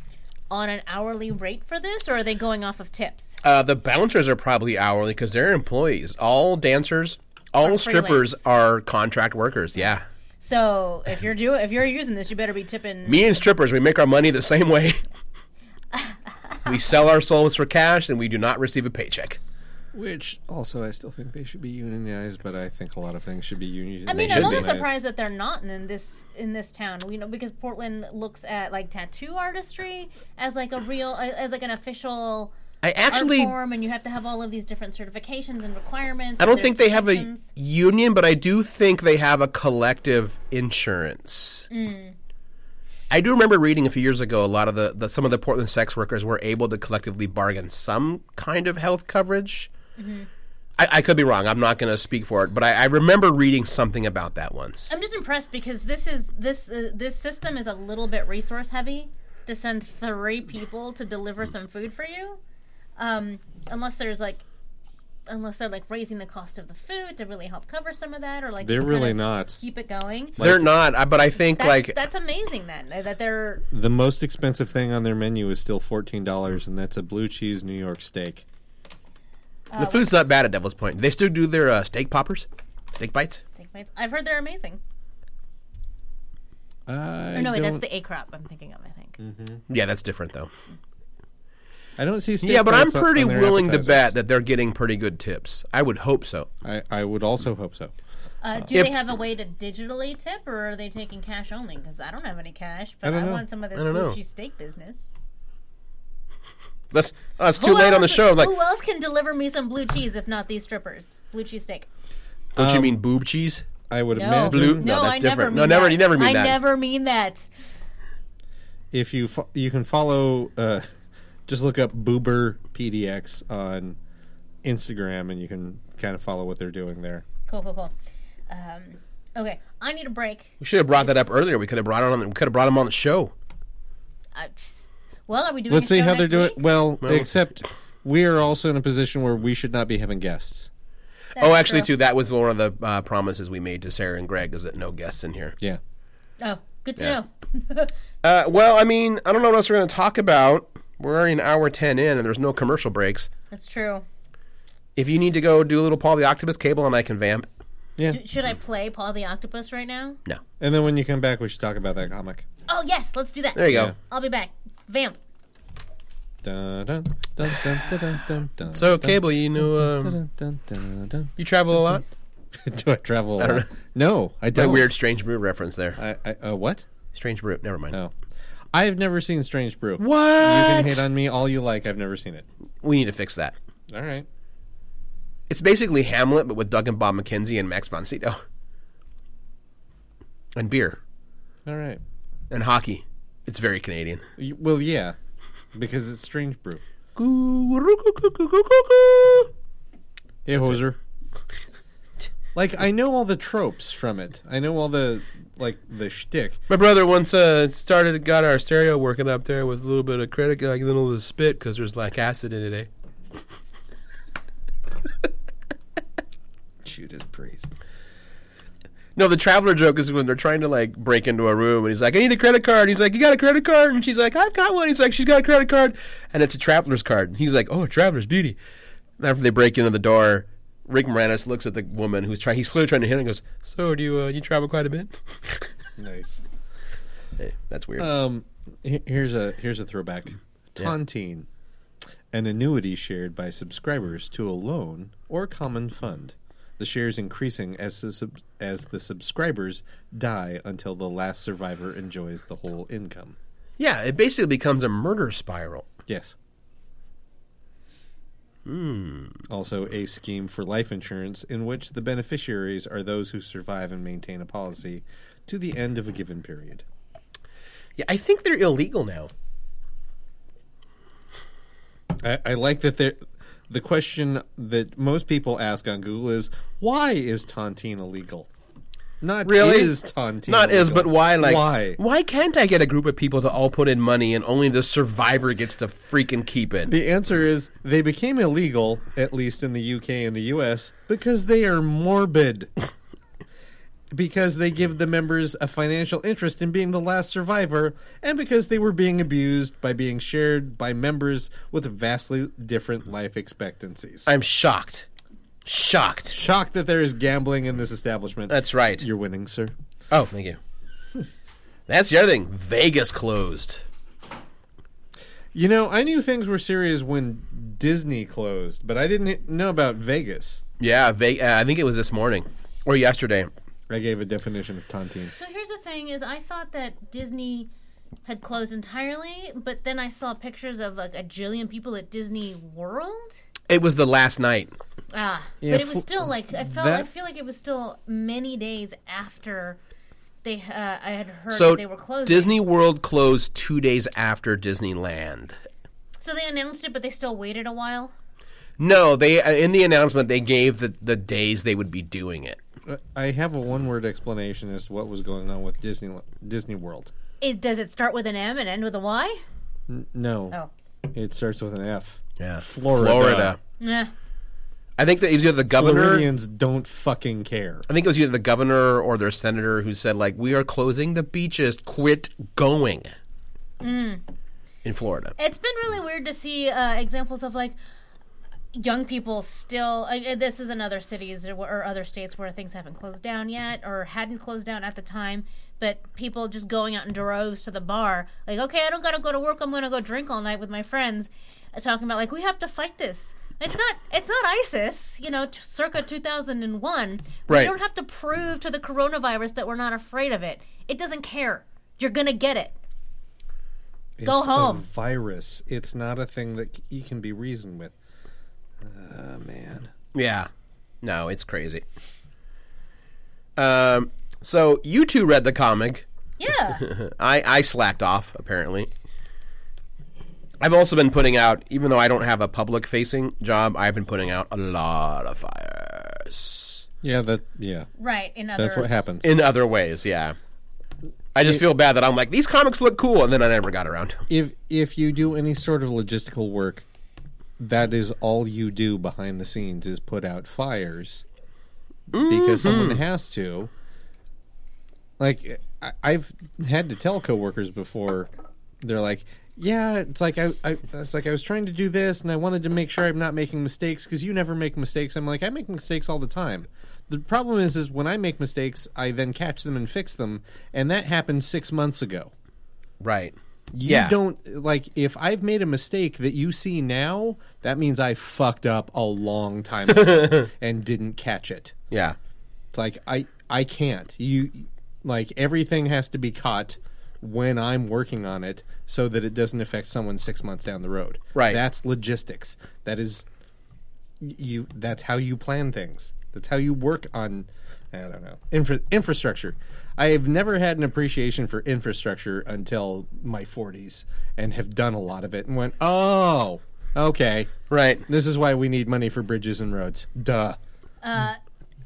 S4: on an hourly rate for this or are they going off of tips?
S1: Uh, the bouncers are probably hourly because they're employees. All dancers, all strippers
S4: freelance.
S1: are contract workers. Yeah,
S4: So, if you're doing if you're using this, you better be tipping
S1: me and strippers, we make our money the same way. we sell our souls for cash, and we do not receive a paycheck.
S5: which also i still think they should be unionized but i think a lot of things should be unionized
S4: I mean,
S1: They
S4: I'm
S1: should
S4: a
S1: be.
S4: little surprised that they're not in this in this town. You know, because Portland looks at like tattoo artistry as like a real as like an official
S1: I actually,
S4: art form, and you have to have all of these different certifications and requirements.
S1: I don't think they have a union, but I do think they have a collective insurance. I do remember reading a few years ago a lot of the, the some of the Portland sex workers were able to collectively bargain some kind of health coverage. I, I could be wrong. I'm not going to speak for it, but I, I remember reading something about that once.
S4: I'm just impressed because this is this uh, this system is a little bit resource heavy to send three people to deliver some food for you, um, unless there's like unless they're like raising the cost of the food to really help cover some of that or like
S5: They're
S4: just kinda
S5: really not.
S4: keep it going.
S1: They're not, I- but I think
S4: That's,
S1: like
S4: that's amazing then uh, that they're
S5: The most expensive thing on their menu is still fourteen dollars, and that's a blue cheese New York steak.
S1: the food's not bad at Devil's Point. They still do their uh, steak poppers, steak bites.
S4: take bites. I've heard they're amazing.
S5: I
S4: Or no, wait,
S5: don't,
S4: that's the A crop I'm thinking of. I think.
S1: Yeah, that's different though.
S5: I don't see. Steak
S1: Yeah, but I'm
S5: bites on-
S1: pretty
S5: on their
S1: willing to
S5: appetizers.
S1: bet that they're getting pretty good tips. I would hope so.
S5: I, I would also hope so.
S4: Uh, do
S1: If-
S4: they have a way to digitally tip, or are they taking cash only? Because I don't have any cash, but
S5: don't
S4: I,
S5: know.
S4: want some of this
S1: I don't know.
S4: blue cheese steak business.
S1: That's oh, it's too late on the
S4: else-
S1: show. I'm like,
S4: who else can deliver me some blue cheese if not these strippers? Blue cheese steak.
S1: don't you mean boob cheese?
S5: I would
S4: No,
S5: imagine
S1: Blue- no,
S4: no,
S1: that's
S4: I never
S1: different.
S4: mean
S1: No, never-
S4: that.
S1: you never mean
S4: I
S1: that.
S4: never mean that.
S5: if you fo- you can follow, uh, just look up Boober PDX on Instagram, and you can kind of follow what they're doing there.
S4: Cool, cool, cool. Um, okay, I need a break.
S1: We should have brought that up earlier. We could have brought it on. We could have brought him on the show.
S4: I, Uh, well, are we doing?
S5: Let's
S4: a
S5: see
S4: show
S5: how they're
S4: next
S5: doing.
S4: week?
S5: Well, except we are also in a position where we should not be having guests.
S4: That's
S1: oh, actually,
S4: true.
S1: too. That was one of the uh, promises we made to Sarah and Greg. Is that no guests in here?
S5: Yeah.
S4: Oh, good to
S1: Yeah.
S4: know.
S1: Uh, well, I mean, I don't know what else we're going to talk about. We're already an hour ten in, and there's no commercial breaks.
S4: That's true.
S1: If you need to go do a little Paul the Octopus cable, and I can vamp.
S4: Do- Should I play Paul the Octopus right now?
S1: No,
S5: And then when you come back, we should talk about that comic.
S4: Oh yes, let's do that.
S1: there you go.
S5: Yeah.
S4: I'll be back. Vamp.
S5: Dun, dun, dun, dun, dun, dun, dun, dun,
S1: So,
S5: dun,
S1: cable, you know, um,
S5: dun, dun, dun, dun.
S1: you travel a lot.
S5: Do I travel? a
S1: don't
S5: lot? No, I
S1: That
S5: don't.
S1: weird strange brew reference there.
S5: I, I, uh, what?
S1: Strange brew. Never mind.
S5: No, I have never seen Strange Brew.
S1: What?
S5: You can hate on me all you like. I've never seen it.
S1: we need to fix that.
S5: All right.
S1: It's basically Hamlet, but with Doug and Bob McKenzie and Max von Sydow, and beer
S5: All right.
S1: and hockey. It's very Canadian.
S5: Y- Well, yeah, because it's Strange Brew. Hey, hoser. Like I know all the tropes from it. I know all the like the shtick.
S1: My brother once uh, started got our stereo working up there with a little bit of credit, like a little bit of spit because there's like acid in it. Eh?
S5: Judas Priest.
S1: No, the traveler joke is when they're trying to like break into a room and he's like, "I need a credit card." he's like, "You got a credit card?" And she's like, "I've got one." He's like, "She's got a credit card," and it's a traveler's card. And he's like, "Oh, a traveler's beauty." And after they break into the door, Rick Moranis looks at the woman who's trying. He's clearly trying to hit her and goes, "So do you? Uh, you travel quite a bit?"
S5: Nice.
S1: Eh, That's weird.
S5: Um, he- here's a here's a throwback. Tontine, an annuity shared by subscribers to a loan or common fund. The shares increasing as the sub- as the subscribers die until the last survivor enjoys the whole income.
S1: yeah, it basically becomes a murder spiral.
S5: Yes.
S1: Hmm.
S5: Also, a scheme for life insurance in which the beneficiaries are those who survive and maintain a policy to the end of a given period.
S1: Yeah, I think they're illegal now.
S5: I, I like that there. The question that most people ask on Google is why is tontine illegal? Not
S1: Really?
S5: is tontine
S1: Not is, but
S5: illegal.
S1: why? Like,
S5: why?
S1: Why can't I get a group of people to all put in money and only the survivor gets to freaking keep it?
S5: The answer is they became illegal, at least in the UK and the US, because they are morbid. because they give the members a financial interest in being the last survivor, and because they were being abused by being shared by members with vastly different life expectancies.
S1: I'm shocked. Shocked.
S5: shocked that there is gambling in this establishment.
S1: That's right.
S5: You're winning, sir.
S1: Oh, thank you. That's the other thing. Vegas closed.
S5: You know, I knew things were serious when Disney closed, but I didn't know about Vegas.
S1: Yeah, Ve- uh, I think it was this morning or yesterday.
S5: I gave a definition of tontine.
S4: So here's the thing: is I thought that Disney had closed entirely, but then I saw pictures of like a jillion people at Disney World.
S1: It was the last night.
S4: Ah,
S5: Yeah,
S4: but it was
S5: fl-
S4: still like I felt. I
S5: that-
S4: feel like it was still many days after They, uh, I had heard
S1: So
S4: that they were closing.
S1: Disney World closed two days after Disneyland.
S4: So they announced it, but they still waited a while.
S1: No, they uh, in the announcement they gave the, the days they would be doing it.
S5: Uh, I have a one-word explanation as to what was going on with Disney Disney World.
S4: Is does it start with an M and end with a Y?
S5: No,
S4: Oh,
S5: it starts with an F.
S1: Yeah,
S5: Florida.
S1: Florida.
S4: yeah.
S1: I think that it was either the governor.
S5: Floridians don't fucking care.
S1: I think it was either the governor or their senator who said like, "We are closing the beaches. Quit going." In Florida,
S4: It's been really weird to see uh, examples of like young people still. Uh, this is in other cities or, or other states where things haven't closed down yet or hadn't closed down at the time, but people just going out in droves to the bar. Like, okay, I don't gotta go to work. I'm gonna go drink all night with my friends. Uh, talking about like we have to fight this. It's not. It's not ISIS. You know, t- circa 2001.
S1: Right.
S4: We don't have to prove to the coronavirus that we're not afraid of it. It doesn't care. You're gonna get it. Go
S5: it's A
S4: home.
S5: virus. It's not a thing that c- you can be reasoned with. Ah, man.
S1: yeah, no, it's crazy. Um, so you two read the comic.
S4: Yeah.
S1: I, I slacked off apparently. I've also been putting out, even though I don't have a public facing job, I've been putting out a lot of fires
S5: Yeah, that. Yeah,
S4: Right. In other
S5: that's what happens.
S1: in other ways. Yeah, I just feel bad that I'm like these comics look cool, and then I never got around to 'em.
S5: if if you do any sort of logistical work, that is all you do behind the scenes is put out fires because someone has to. Like I, I've had to tell coworkers before, they're like, "Yeah, it's like I, I, it's like I was trying to do this, and I wanted to make sure I'm not making mistakes because you never make mistakes." I'm like, "I make mistakes all the time." The problem is, is when I make mistakes, I then catch them and fix them, and that happened six months ago.
S1: Right?
S5: You
S1: yeah.
S5: don't like if I've made a mistake that you see now, that means I fucked up a long time ago and didn't catch it.
S1: Yeah.
S5: It's like I I can't. You like everything has to be caught when I'm working on it so that it doesn't affect someone 6 months down the road.
S1: Right.
S5: That's logistics. That is you that's how you plan things. That's how you work on I don't know. Infra- infrastructure. I have never had an appreciation for infrastructure until my 40s and have done a lot of it and went, "Oh, okay.
S1: Right.
S5: This is why we need money for bridges and roads." Duh.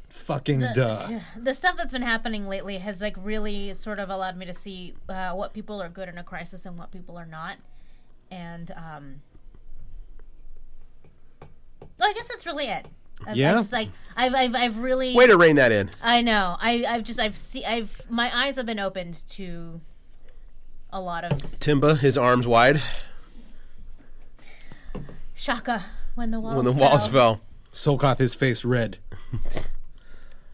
S5: Fucking duh.
S4: the stuff that's been happening lately has like really sort of allowed me to see uh, what people are good in a crisis and what people are not and um well, i guess that's really it I've-
S5: Yeah.
S4: I've just, like I've, I've i've really
S1: Way to rein that in.
S4: i know i i've just i've see i've my eyes have been opened to a lot of
S1: Timba, his arms wide
S4: shaka when the walls
S1: when the walls fell.
S5: Solkoth, his face red,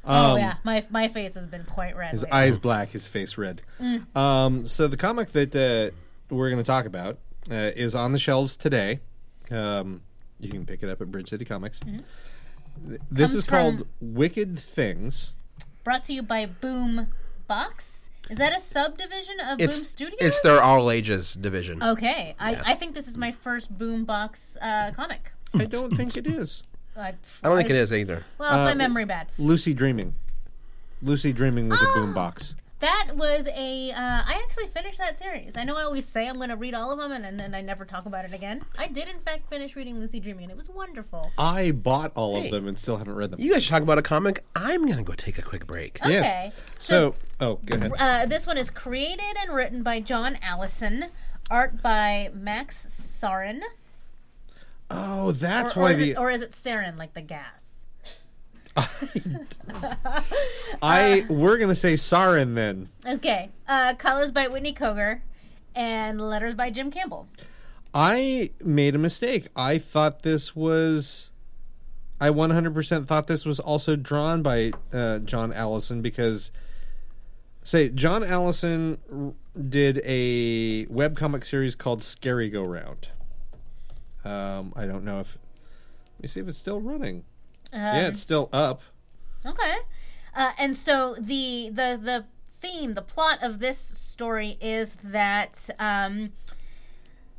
S4: oh
S1: Um,
S4: yeah my my face has been quite red
S5: his
S4: lately.
S5: eyes black, his face red.
S4: Mm.
S5: Um, so the comic that uh, we're going to talk about uh, is on the shelves today. Um, you can pick it up at Bridge City Comics. Th- This
S4: Mm-hmm. Comes
S5: is called Wicked Things.
S4: brought to you by boom box is that a subdivision of boom
S1: It's
S4: studios Oh,
S1: it's their all ages division.
S4: Okay, I, I think this is my first boombox uh, comic. Uh,
S5: I don't think it is
S4: I,
S1: I don't think it is either.
S4: Well, my memory bad.
S5: Lucy Dreaming. Lucy Dreaming
S4: Ah!
S5: was a boom box.
S4: That was a. Uh, I actually finished that series. I know I always say I'm going to read all of them, and, and then I never talk about it again. I did, in fact, finish reading Lucy Dreaming, and it was wonderful.
S5: I bought all
S1: Hey.
S5: of them and still haven't read them.
S1: You guys should talk about a comic. I'm gonna go take a quick break.
S4: Okay.
S5: Yes. So, oh, go ahead.
S4: Uh, this one is created and written by John Allison, art by Max Sarin,
S5: Oh,
S4: or,
S5: that's
S4: or,
S5: why
S4: is
S5: the
S4: it, or is it Sarin like the gas?
S5: I
S4: uh,
S5: we're gonna say Sarin then.
S4: Okay. Uh, colors by Whitney Koger, and letters by Jim Campbell.
S5: I made a mistake. I thought this was. I 100% thought this was also drawn by uh, John Allison because, say, John Allison r- did a webcomic series called Scary Go Round. Um, I don't know if. Let me see if it's still running. yeah, it's still up.
S4: Okay. Uh, and so the the the theme, the plot of this story is that um,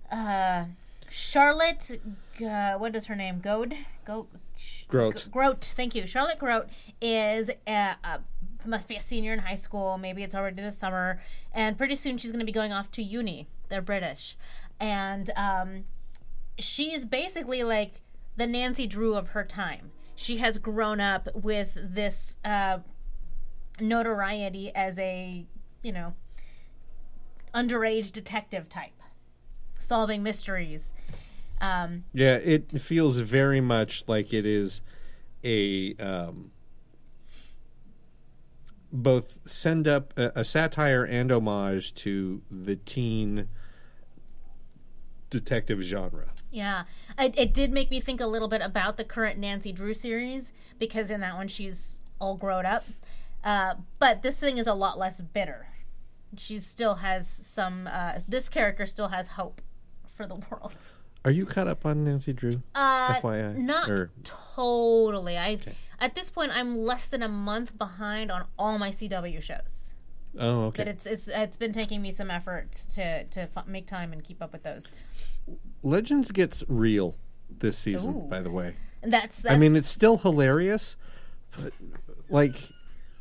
S4: uh, Charlotte, uh, what is her name? Goad, Go. Sh-
S5: Grote.
S4: Grote. Thank you. Charlotte Grote is a, a must be a senior in high school. Maybe it's already the summer, and pretty soon she's going to be going off to uni. They're British, and um, she is basically like the Nancy Drew of her time. She has grown up with this uh, notoriety as a you know underage detective type, solving mysteries. Um,
S5: Yeah, it feels very much like it is a um, both send up a, a satire and homage to the teen detective genre.
S4: Yeah, it, it did make me think a little bit about the current Nancy Drew series because in that one she's all grown up, uh, but this thing is a lot less bitter. She still has some. Uh, this character still has hope for the world.
S5: Are you caught up on Nancy Drew?
S4: Uh,
S5: FYI,
S4: not
S5: or-
S4: totally. I at this point I'm less than a month behind on all my CW shows,
S5: Oh,
S4: but
S5: okay.
S4: it's it's it's been taking me some effort to to f- make time and keep up with those.
S5: Legends gets real this season,
S4: Ooh.
S5: by the way.
S4: And that's, that's
S5: I mean, it's still hilarious, but like,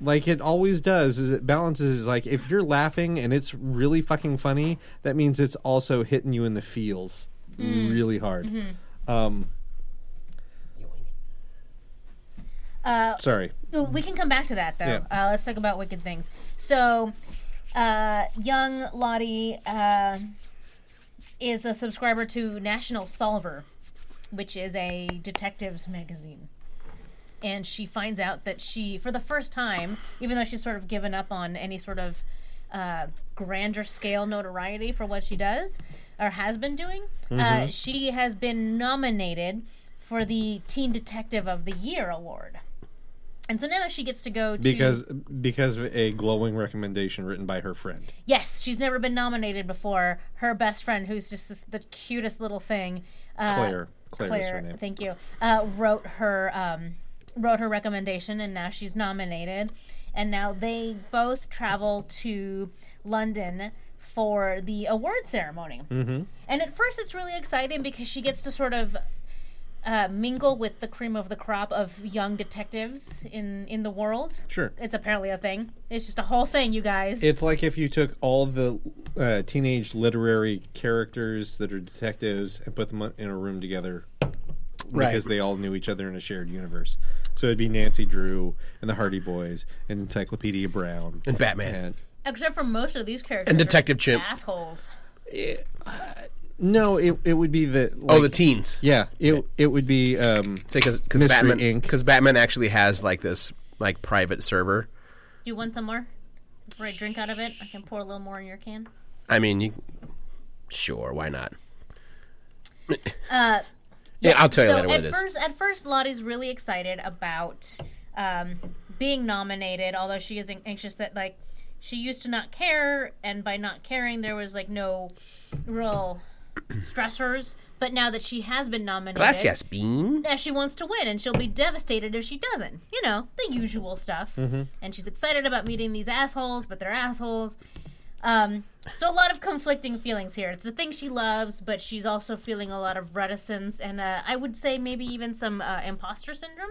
S5: like it always does. Is it balances? Is like if you're laughing and it's really fucking funny, that means it's also hitting you in the feels really hard. Um, sorry,
S4: Well, we can come back to that though.
S5: Yeah.
S4: Uh, let's talk about wicked things. So, uh, young Lottie uh, is a subscriber to National Solver, which is a detectives magazine, and she finds out that she, for the first time, even though she's sort of given up on any sort of uh, grander scale notoriety for what she does or has been doing, uh, she has been nominated for the Teen Detective of the Year award. And so now she gets to go to
S5: because because of a glowing recommendation written by her friend.
S4: yes, she's never been nominated before. Her best friend, who's just this, the cutest little thing, uh,
S5: Claire. Claire is her
S4: Claire,
S5: name.
S4: thank you. Uh, wrote her um, wrote her recommendation, and now she's nominated. And now they both travel to London for the award ceremony. Mm-hmm. And at first, it's really exciting because she gets to sort of uh, mingle with the cream of the crop of young detectives in in the world.
S5: Sure.
S4: It's apparently a thing. It's just a whole thing, you guys.
S5: It's like if you took all the uh, teenage literary characters that are detectives and put them in a room together
S6: Right.
S5: because they all knew each other in a shared universe. So it'd be Nancy Drew and the Hardy Boys and Encyclopedia Brown
S6: And Batman.
S4: Except for most of these characters.
S6: And
S4: are
S6: Detective Chimp.
S4: Assholes.
S5: no, it it would be the
S1: Oh,
S5: like-
S1: the teens.
S5: yeah it it would be um
S6: Say because
S5: Mystery
S1: Batman
S5: Inc.
S1: because Batman actually has like this like private server.
S4: Do you want some more? Before I drink out of it, I can pour a little more in your can.
S1: I mean, you sure why not? yeah, I'll tell you
S4: Uh, so
S1: later what
S4: at
S1: it is.
S4: first, at first, Lottie's really excited about um, being nominated, although she is anxious that like she used to not care, and by not caring, there was like no real stressors. But now that she has been nominated,
S1: Gracias, Bean.
S4: now she wants to win and she'll be devastated if she doesn't you know the usual stuff and she's excited about meeting these assholes but they're assholes um, so a lot of conflicting feelings here it's the thing she loves but she's also feeling a lot of reticence and uh, i would say maybe even some uh, imposter syndrome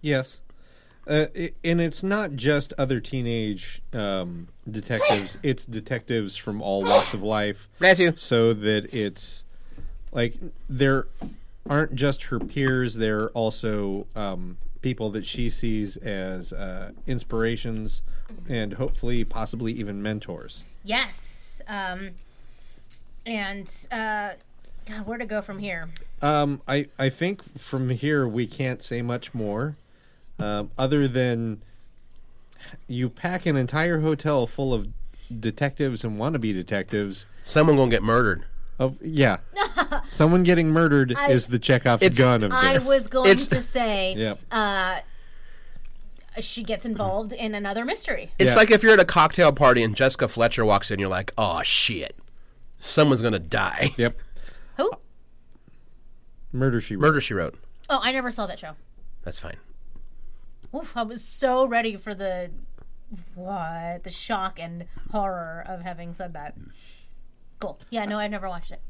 S5: yes. Uh, i and it's not just other teenage um, detectives; it's detectives from all walks of life.
S1: Bless you.
S5: so that it's like there aren't just her peers there are also um, people that she sees as uh, inspirations and hopefully possibly even mentors
S4: yes um, and uh, God, where to go from here
S5: um, I, I think from here we can't say much more um, other than you pack an entire hotel full of detectives and wannabe detectives
S1: Someone gonna get murdered.
S5: of yeah someone getting murdered is the chekhov's
S1: It's-
S5: gun of this
S4: i was going
S1: It's-
S4: to say
S5: Yep.
S4: uh, she gets involved in another mystery
S1: It's
S5: Yeah.
S1: like if you're at a cocktail party and Jessica Fletcher walks in, you're like, oh shit, someone's gonna die.
S5: yep
S4: who
S5: murder she wrote
S1: Murder She Wrote.
S4: Oh, I never saw that show.
S1: That's fine.
S4: Oof, I was so ready for the what the shock and horror of having said that. Cool. Yeah, no, I've never watched it.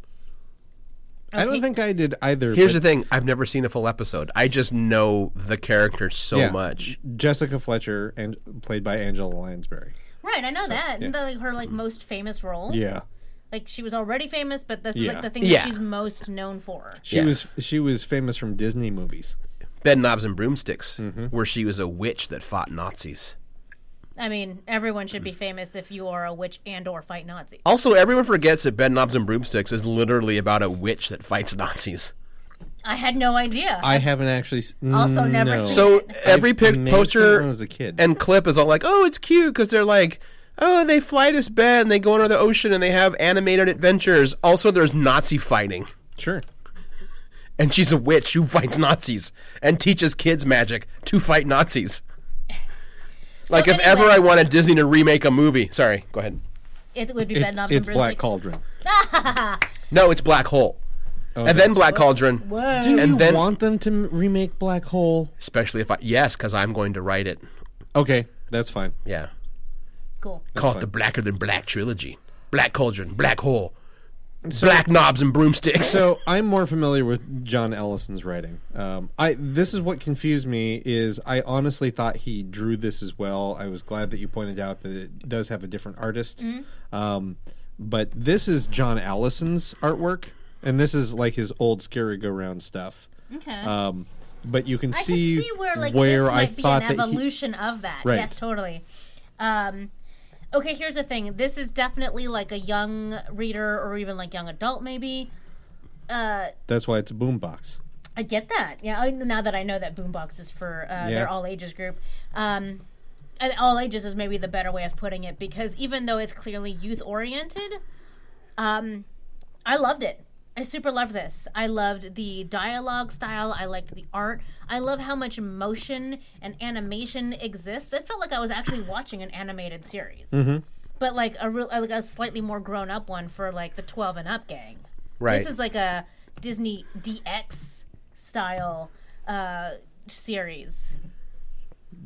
S5: I don't think I did either.
S1: Here's the
S5: but
S1: thing: I've never seen a full episode. I just know the character so
S5: Yeah.
S1: much.
S5: Jessica Fletcher and played by Angela Lansbury.
S4: Right, I know that. Isn't that like her like most famous role?
S5: Yeah.
S4: Like she was already famous, but this is
S5: Yeah.
S4: like the thing
S1: Yeah.
S4: that she's most known for.
S5: She
S1: Yeah.
S5: was she was famous from Disney movies.
S1: Bed knobs and broomsticks,
S5: Mm-hmm.
S1: where she was a witch that fought Nazis.
S4: I mean, everyone should be famous if you are a witch and or fight Nazis.
S1: Also, everyone forgets that Bed knobs and broomsticks is literally about a witch that fights Nazis.
S4: I had no idea.
S5: I haven't actually s-
S4: Also never
S5: no.
S4: seen
S1: So every
S5: I've
S1: pic
S5: made some when I
S1: poster
S5: was a kid.
S1: and clip is all like, "Oh, it's cute" because they're like, "Oh, they fly this bed and they go under the ocean and they have animated adventures." Also, there's Nazi fighting,
S5: sure.
S1: and she's a witch who fights Nazis and teaches kids magic to fight Nazis. Like if ever
S4: anyway-
S1: I wanted Disney to remake a movie, sorry, go ahead.
S4: it would be
S5: It-
S4: bed knobs
S5: it's
S4: and
S5: Black
S4: broomsticks.
S5: Cauldron.
S1: No, it's Black Hole,
S5: Oh,
S1: and then
S5: that's-
S1: Black Cauldron,
S5: Do you
S1: and then
S5: want them to m- remake Black Hole?
S1: especially if I yes, because I'm going to write it.
S5: Okay, that's fine.
S1: Yeah,
S4: Cool.
S1: call it the Blacker Than Black trilogy, Black Cauldron, Black Hole, Black Knobs and Broomsticks.
S5: So I'm more familiar with John Ellison's writing. Um, I this is what confused me is I honestly thought he drew this as well. I was glad that you pointed out that it does have a different artist.
S4: Mm-hmm.
S5: Um, but this is John Allison's artwork, and this is like his old scary-go-round stuff.
S4: Okay.
S5: Um, but you can
S4: I can
S5: see,
S4: see where like
S5: where
S4: this
S5: I
S4: might be
S5: thought
S4: an
S5: that he-
S4: evolution of that.
S5: Right.
S4: Yes, totally. Um, okay, here's the thing. This is definitely like a young reader or even like young adult, maybe. Uh,
S5: that's why it's a boombox.
S4: I get that. Yeah, I, now that I know that Boombox is for uh,
S5: Yeah.
S4: their all ages group. Um, and all ages is maybe the better way of putting it because even though it's clearly youth oriented, um, I loved it. I super loved this. I loved the dialogue style. I liked the art. I love how much motion and animation exists. It felt like I was actually watching an animated series,
S1: Mm-hmm.
S4: but like a real, like a slightly more grown up one for like the twelve and up gang.
S1: Right.
S4: This is like a Disney DX style uh, series.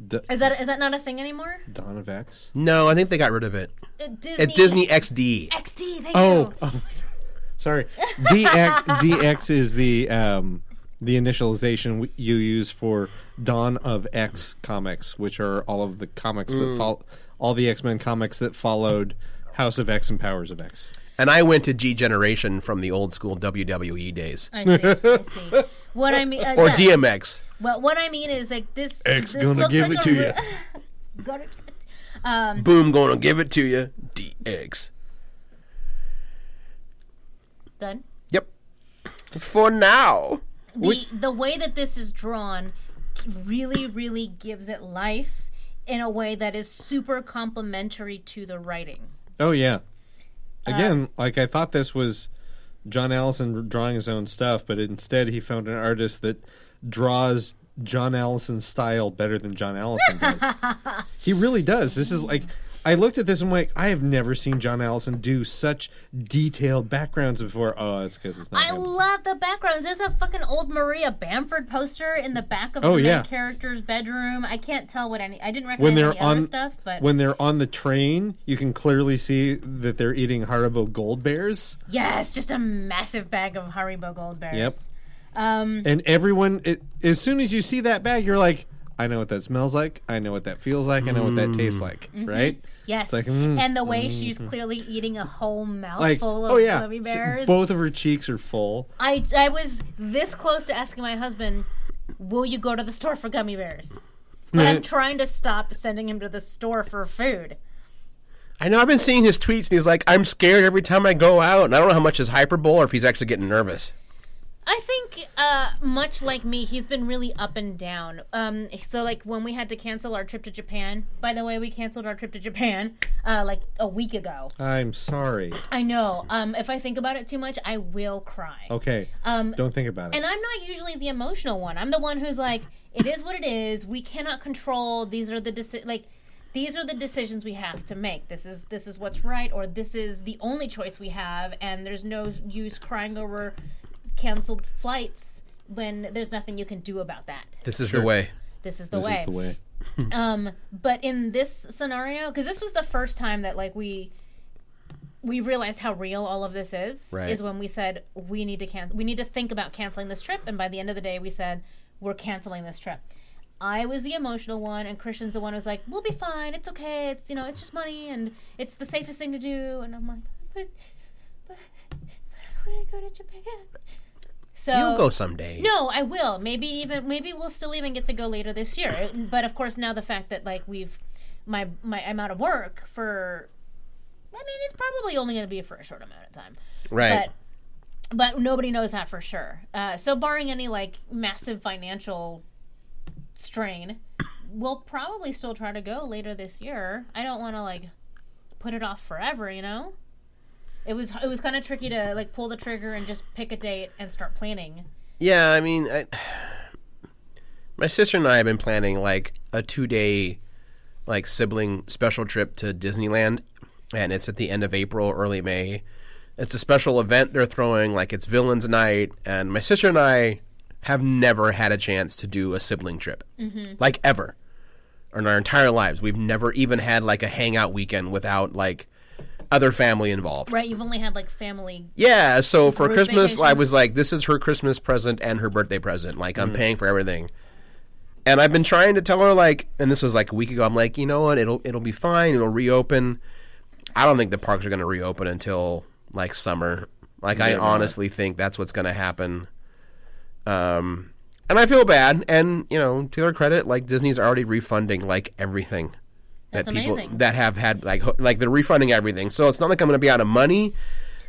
S5: D-
S4: Is that is that not a thing anymore?
S5: Dawn of X.
S1: No, I think they got rid of it.
S4: Uh, Disney,
S1: At Disney XD.
S4: XD. Thank
S5: Oh,
S4: you.
S5: oh, sorry. DX, DX is the um, the initialization w- you use for Dawn of X comics, which are all of the comics that follow all the X Men comics that followed House of X and Powers of X.
S1: And I went to G Generation from the old school WWE days.
S4: I see. I see. What I mean, uh,
S1: Or
S4: yeah.
S1: DMX.
S4: Well, what I mean is like this.
S5: X
S4: this
S5: gonna
S4: looks
S5: give
S4: like
S5: it
S4: a
S5: to
S4: re-
S5: ya.
S4: gonna give it. Um,
S1: Boom, gonna give it to you. DX.
S4: done.
S1: Yep. For now.
S4: The the way that this is drawn really, really gives it life in a way that is super complementary to the writing.
S5: Oh yeah.
S4: Uh,
S5: Again, like I thought this was John Allison drawing his own stuff, but instead he found an artist that draws John Allison's style better than John Allison does. he really does. This is like I looked at this and I'm like, I have never seen John Allison do such detailed backgrounds before. Oh, it's because it's not.
S4: I
S5: him.
S4: love the backgrounds. There's a fucking old Maria Bamford poster in the back of
S5: Oh,
S4: the
S5: yeah.
S4: main character's bedroom. I can't tell what any. I didn't recognize
S5: when they're
S4: any other
S5: on
S4: stuff, but
S5: when they're on the train, you can clearly see that they're eating Haribo Gold Bears.
S4: yes, just a massive bag of Haribo Gold Bears.
S5: Yep.
S4: Um,
S5: and everyone it, as soon as you see that bag you're like i know what that smells like i know what that feels like i know what that tastes like
S4: Mm-hmm.
S5: right
S4: yes.
S5: like, mm,
S4: and the way she's clearly eating a whole mouthful
S5: like
S4: of
S5: oh yeah
S4: gummy
S5: So
S4: bears.
S5: both of her cheeks are full
S4: I I was this close to asking my husband, "Will you go to the store for gummy bears?" But I'm trying to stop sending him to the store for food.
S1: I know I've been seeing his tweets and he's like, I'm scared every time I go out. And I don't know how much is hyperbole or if he's actually getting nervous.
S4: I think, uh, much like me, he's been really up and down. Um, so, like, when we had to cancel our trip to Japan, by the way, we canceled our trip to Japan, uh, like a week ago.
S5: i'm sorry
S4: I know. Um, if I think about it too much, I will cry.
S5: okay
S4: Um,
S5: don't think about it
S4: and I'm not usually the emotional one. I'm the one who's like, it is what it is. We cannot control. These are the deci- like, these are the decisions we have to make. This is this is what's right, or this is the only choice we have, and there's no use crying over canceled flights when there's nothing you can do about that.
S1: This is the way.
S4: This is the
S5: this
S4: way.
S5: is the way
S4: Um, but in this scenario, because this was the first time that like we we realized how real all of this is
S1: Right.
S4: is when we said we need to can we need to think about canceling this trip and by the end of the day we said we're canceling this trip i was the emotional one and christian's the one who was like we'll be fine it's okay it's you know it's just money and it's the safest thing to do and i'm like but but, but i want to go to japan so
S1: You'll go someday.
S4: Oh. no, I will. Maybe even maybe we'll still even get to go later this year. But of course, now the fact that like we've my my I'm out of work for. I mean, it's probably only going to be for a short amount of time,
S1: right.
S4: but but nobody knows that for sure. Uh, so, barring any like massive financial strain, we'll probably still try to go later this year. I don't want to like put it off forever, you know. It was it was kind of tricky to like pull the trigger and just pick a date and start planning.
S1: Yeah, I mean, I, my sister and I have been planning like a two day, like sibling special trip to Disneyland, and it's at the end of April, early May. It's a special event they're throwing, like it's Villains Night, and my sister and I have never had a chance to do a sibling trip, like ever, in our entire lives. We've never even had like a hangout weekend without like other family involved.
S4: Right, you've only had like family.
S1: Yeah, so for
S4: Group
S1: Christmas, I
S4: vacations.
S1: was like, this is her Christmas present and her birthday present. Like, I'm paying for everything. And I've been trying to tell her, like, and this was like a week ago, I'm like, you know what? It'll it'll be fine. It'll reopen. I don't think the parks are going to reopen until like summer. Like, I honestly think that's what's going to happen. Um, and I feel bad. And, you know, to their credit, like, Disney's already refunding, like, everything
S4: That's
S1: that people
S4: amazing.
S1: that have had, like, ho- like they're refunding everything. So it's not like I'm going to be out of money.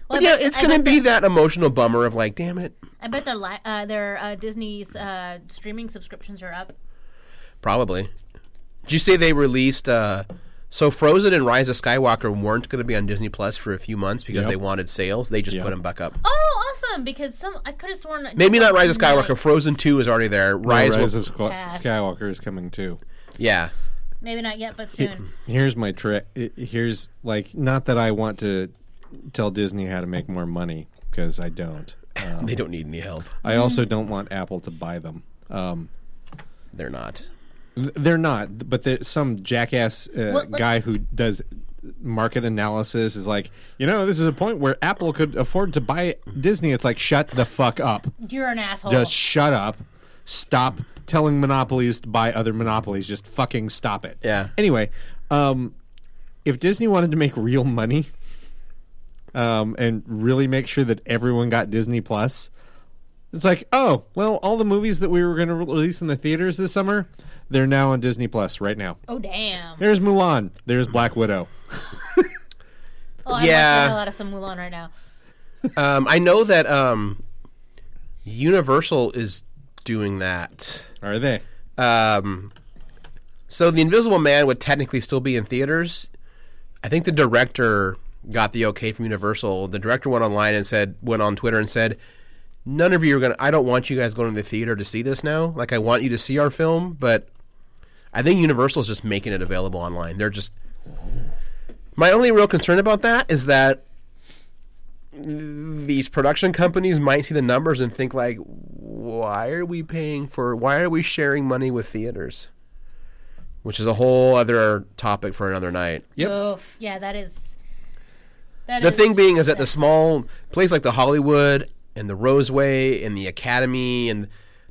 S4: Well,
S1: But yeah,
S4: I bet-
S1: it's
S4: I
S1: going to
S4: bet
S1: be that emotional bummer of like, damn it.
S4: I bet their li- uh, their uh, Disney's uh, streaming subscriptions are up.
S1: Probably. Did you say they released? Uh, so Frozen and Rise of Skywalker weren't going to be on Disney Plus for a few months because
S5: Yep.
S1: they wanted sales. They just
S5: Yeah.
S1: put them back up.
S4: Oh, awesome! Because some I could have sworn that
S1: Maybe not
S4: some
S1: Rise of Skywalker.
S4: night-
S1: Frozen Two is already there. Rise,
S5: Rise
S1: will-
S5: of Squ-
S4: Pass.
S5: Skywalker is coming too.
S1: yeah.
S4: Maybe not yet, but soon.
S5: Here's my trick. Here's like not that I want to tell Disney how to make more money because I don't. Um,
S1: They don't need any help.
S5: I also
S4: Mm-hmm.
S5: don't want Apple to buy them. Um,
S1: They're not.
S5: th- they're not, but there- some jackass uh,
S4: Well, let's-
S5: guy who does market analysis is like, you know, this is a point where Apple could afford to buy Disney. It's like, shut the fuck up.
S4: You're an asshole.
S5: Just shut up. Stop telling monopolies to buy other monopolies. Just fucking stop it.
S1: Yeah.
S5: Anyway, um, if Disney wanted to make real money, um, and really make sure that everyone got Disney Plus, it's like, oh, well, all the movies that we were going to release in the theaters this summer, they're now on Disney Plus right now.
S4: oh damn!
S5: There's Mulan. There's Black Widow.
S4: Oh, I'm
S1: Yeah.
S4: watching a lot of some Mulan right now.
S1: Um, I know that um, Universal is doing that.
S5: Are they?
S1: Um, so the Invisible Man would technically still be in theaters. I think the director got the okay from Universal. The director went online and said, went on Twitter and said, "None of you are gonna. I don't want you guys going to the theater to see this now. Like, I want you to see our film, but I think Universal is just making it available online. They're just. My only real concern about that is that these production companies might see the numbers and think like why are we paying for why are we sharing money with theaters which is a whole other topic for another night
S5: Yep.
S4: Oof. Yeah, that is. That
S1: the
S4: is-
S1: thing being is that the small place like the hollywood and the roseway and the academy and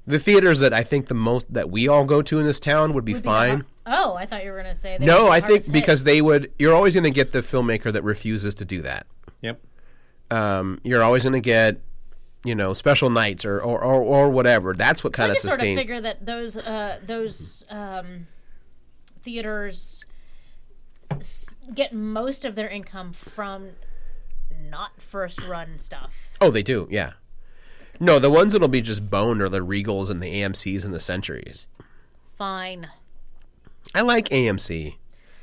S1: the theaters that i think the most that we all go to in this town would be
S4: would be
S1: fine
S4: hard- Oh, I thought you were gonna say. they would
S1: no i
S4: be hard to
S1: think
S4: say.
S1: because they would you're always going to get the filmmaker that refuses to do that
S5: Yep.
S1: um, you're always going to get you know special nights or or, or, or whatever that's what kind of
S4: I just sort of
S1: sustains
S4: figure that those uh, those um, theaters s- get most of their income from not first run stuff.
S1: Oh, they do. Yeah. No, the ones that'll be just boned are the Regals and the AMC's and the Centuries.
S4: Fine.
S1: I like AMC.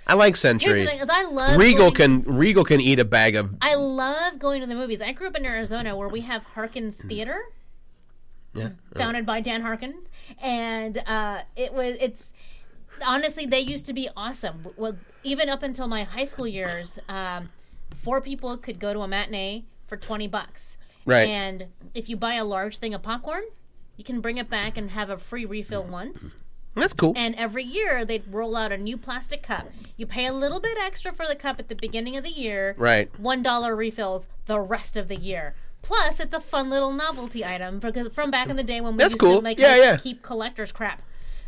S1: I like
S4: Here's the
S1: Century.
S4: thing: is I love
S1: Regal
S4: going-
S1: can Regal can eat a bag of
S4: I love going to the movies. I grew up in Arizona where we have Harkins Theater,
S1: Mm-hmm. yeah. uh,
S4: founded by Dan Harkins, and uh, it was it's honestly they used to be awesome. Well, even up until my high school years, um, four people could go to a matinee for twenty bucks,
S1: Right. Mm-hmm.
S4: And if you buy a large thing of popcorn, you can bring it back and have a free refill once.
S5: That's cool.
S4: And every year they'd roll out a new plastic cup. You pay a little bit extra for the cup at the beginning of the year.
S1: Right.
S4: One dollar refills the rest of the year. Plus, it's a fun little novelty item because from back in the day when we
S1: That's
S4: used
S1: cool.
S4: to like
S1: Yeah,
S4: make-
S1: yeah.
S4: keep collectors crap.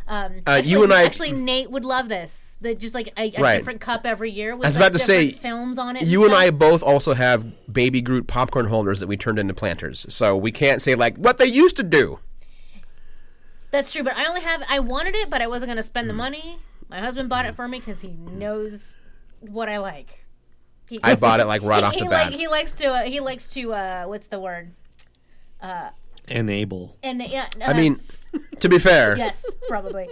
S4: Um,
S1: Uh, you
S4: actually-
S1: and I-
S4: actually Nate would love this. The, just like a, a
S1: Right.
S4: different cup every year. With,
S1: I was
S4: like,
S1: about to say,
S4: different films on it.
S1: You and I
S4: stuff.
S1: both also have baby Groot popcorn holders that we turned into planters, so we can't say like what they used to do.
S4: That's true, but I only have. I wanted it, but I wasn't going to spend the
S1: Mm.
S4: money. My husband bought it for me because he knows what I like. He,
S1: I bought it like right
S4: he,
S1: off the
S4: he
S1: bat.
S4: Like, he likes to. Uh, he likes to. Uh, what's the word?
S5: Enable.
S4: And uh, yeah,
S1: I mean, to be fair,
S4: Uh-huh. yes, probably.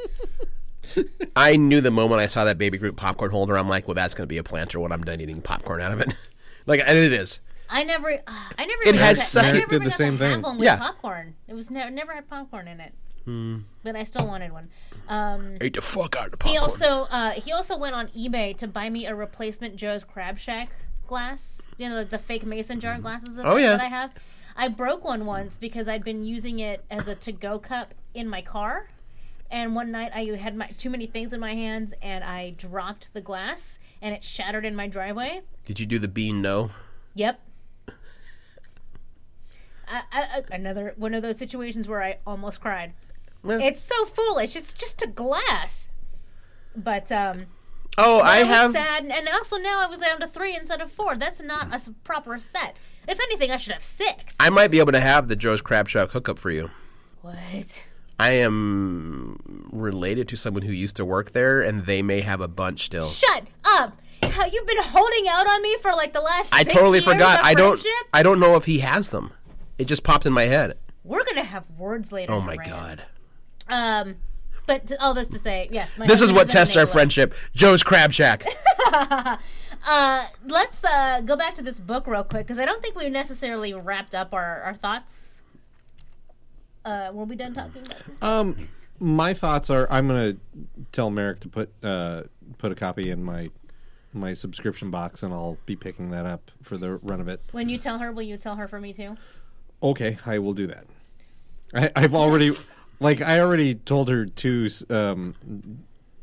S1: I knew the moment I saw that baby Groot popcorn holder, I'm like, well, that's going to be a planter when I'm done eating popcorn out of it. like, and it is.
S4: I never. Uh, I never.
S1: It
S4: even
S1: has
S4: got-
S1: such-
S4: I
S1: Nick
S4: never
S5: did
S4: even
S5: the
S4: got
S5: same
S4: to have
S5: thing.
S4: one with
S1: Yeah.
S4: popcorn. It was never never had popcorn in it.
S5: Hmm.
S4: But I still wanted one. Um,
S1: I ate the fuck out of the
S4: he
S1: popcorn.
S4: also uh, he also went on eBay to buy me a replacement Joe's Crab Shack glass. You know, the, the fake mason jar glasses that,
S1: Oh, yeah.
S4: that I have. I broke one once because I'd been using it as a to-go cup in my car, and one night I had my, too many things in my hands and I dropped the glass and it shattered in my driveway.
S1: Did you do the bean no?
S4: Yep. I, I, I- another one of those situations where I almost cried. It's so foolish. It's just a glass. But um,
S1: Oh, I
S4: it was
S1: have.
S4: sad, and also now I was down to three instead of four. That's not a s- proper set. If anything, I should have six.
S1: I might be able to have the Joe's Crab Shack hookup for you.
S4: What?
S1: I am related to someone who used to work there, and they may have a bunch still.
S4: Shut up! How you've been holding out on me for like the last.
S1: I
S4: six
S1: totally
S4: years
S1: forgot.
S4: of
S1: I don't.
S4: friendship?
S1: I don't know if he has them. It just popped in my head.
S4: We're gonna have words later.
S1: Oh my
S4: Ryan.
S1: god!
S4: Um, but t- all this to say, yes. My
S1: This is
S4: husband
S1: what
S4: an
S1: tests our
S4: enabler.
S1: friendship. Joe's Crab Shack.
S4: Uh, let's uh, go back to this book real quick because I don't think we necessarily wrapped up our, our thoughts. Uh, were we done talking about this?
S1: Uh,
S5: Um, my thoughts are I'm gonna tell Merrick to put uh put a copy in my my subscription box, and I'll be picking that up for the run of it.
S4: when you tell her, will you tell her for me too?
S5: Okay, I will do that. I, I've already, like, I already told her two um,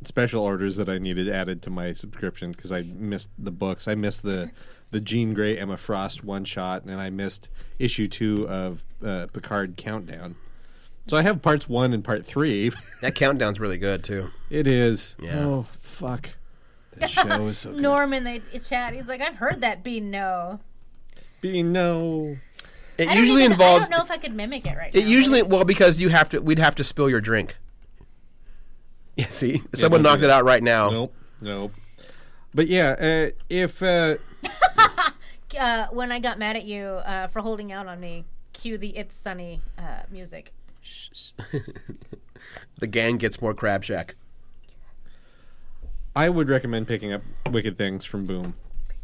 S5: special orders that I needed added to my subscription because I missed the books. I missed the the Jean Grey Emma Frost one shot, and I missed issue two of uh, Picard Countdown. So I have parts one and part three.
S1: that countdown's really good too.
S5: it is
S1: Yeah.
S5: oh fuck, the show is so good.
S4: Norm in the chat, he's like, I've heard that be no.
S5: Be no.
S1: It
S4: I don't
S1: usually
S4: even-
S1: involves.
S4: I don't know if I could mimic it right now.
S1: It
S4: but
S1: usually
S4: it's-
S1: well because you have to. We'd have to spill your drink. Yeah. See, someone
S5: don't do
S1: knocked it
S5: that.
S1: out right now.
S5: Nope. Nope. But yeah, uh, if uh,
S4: uh, when I got mad at you uh, for holding out on me, cue the "It's Sunny" uh, music.
S1: The gang gets more Crab Shack.
S5: I would recommend picking up Wicked Things from Boom.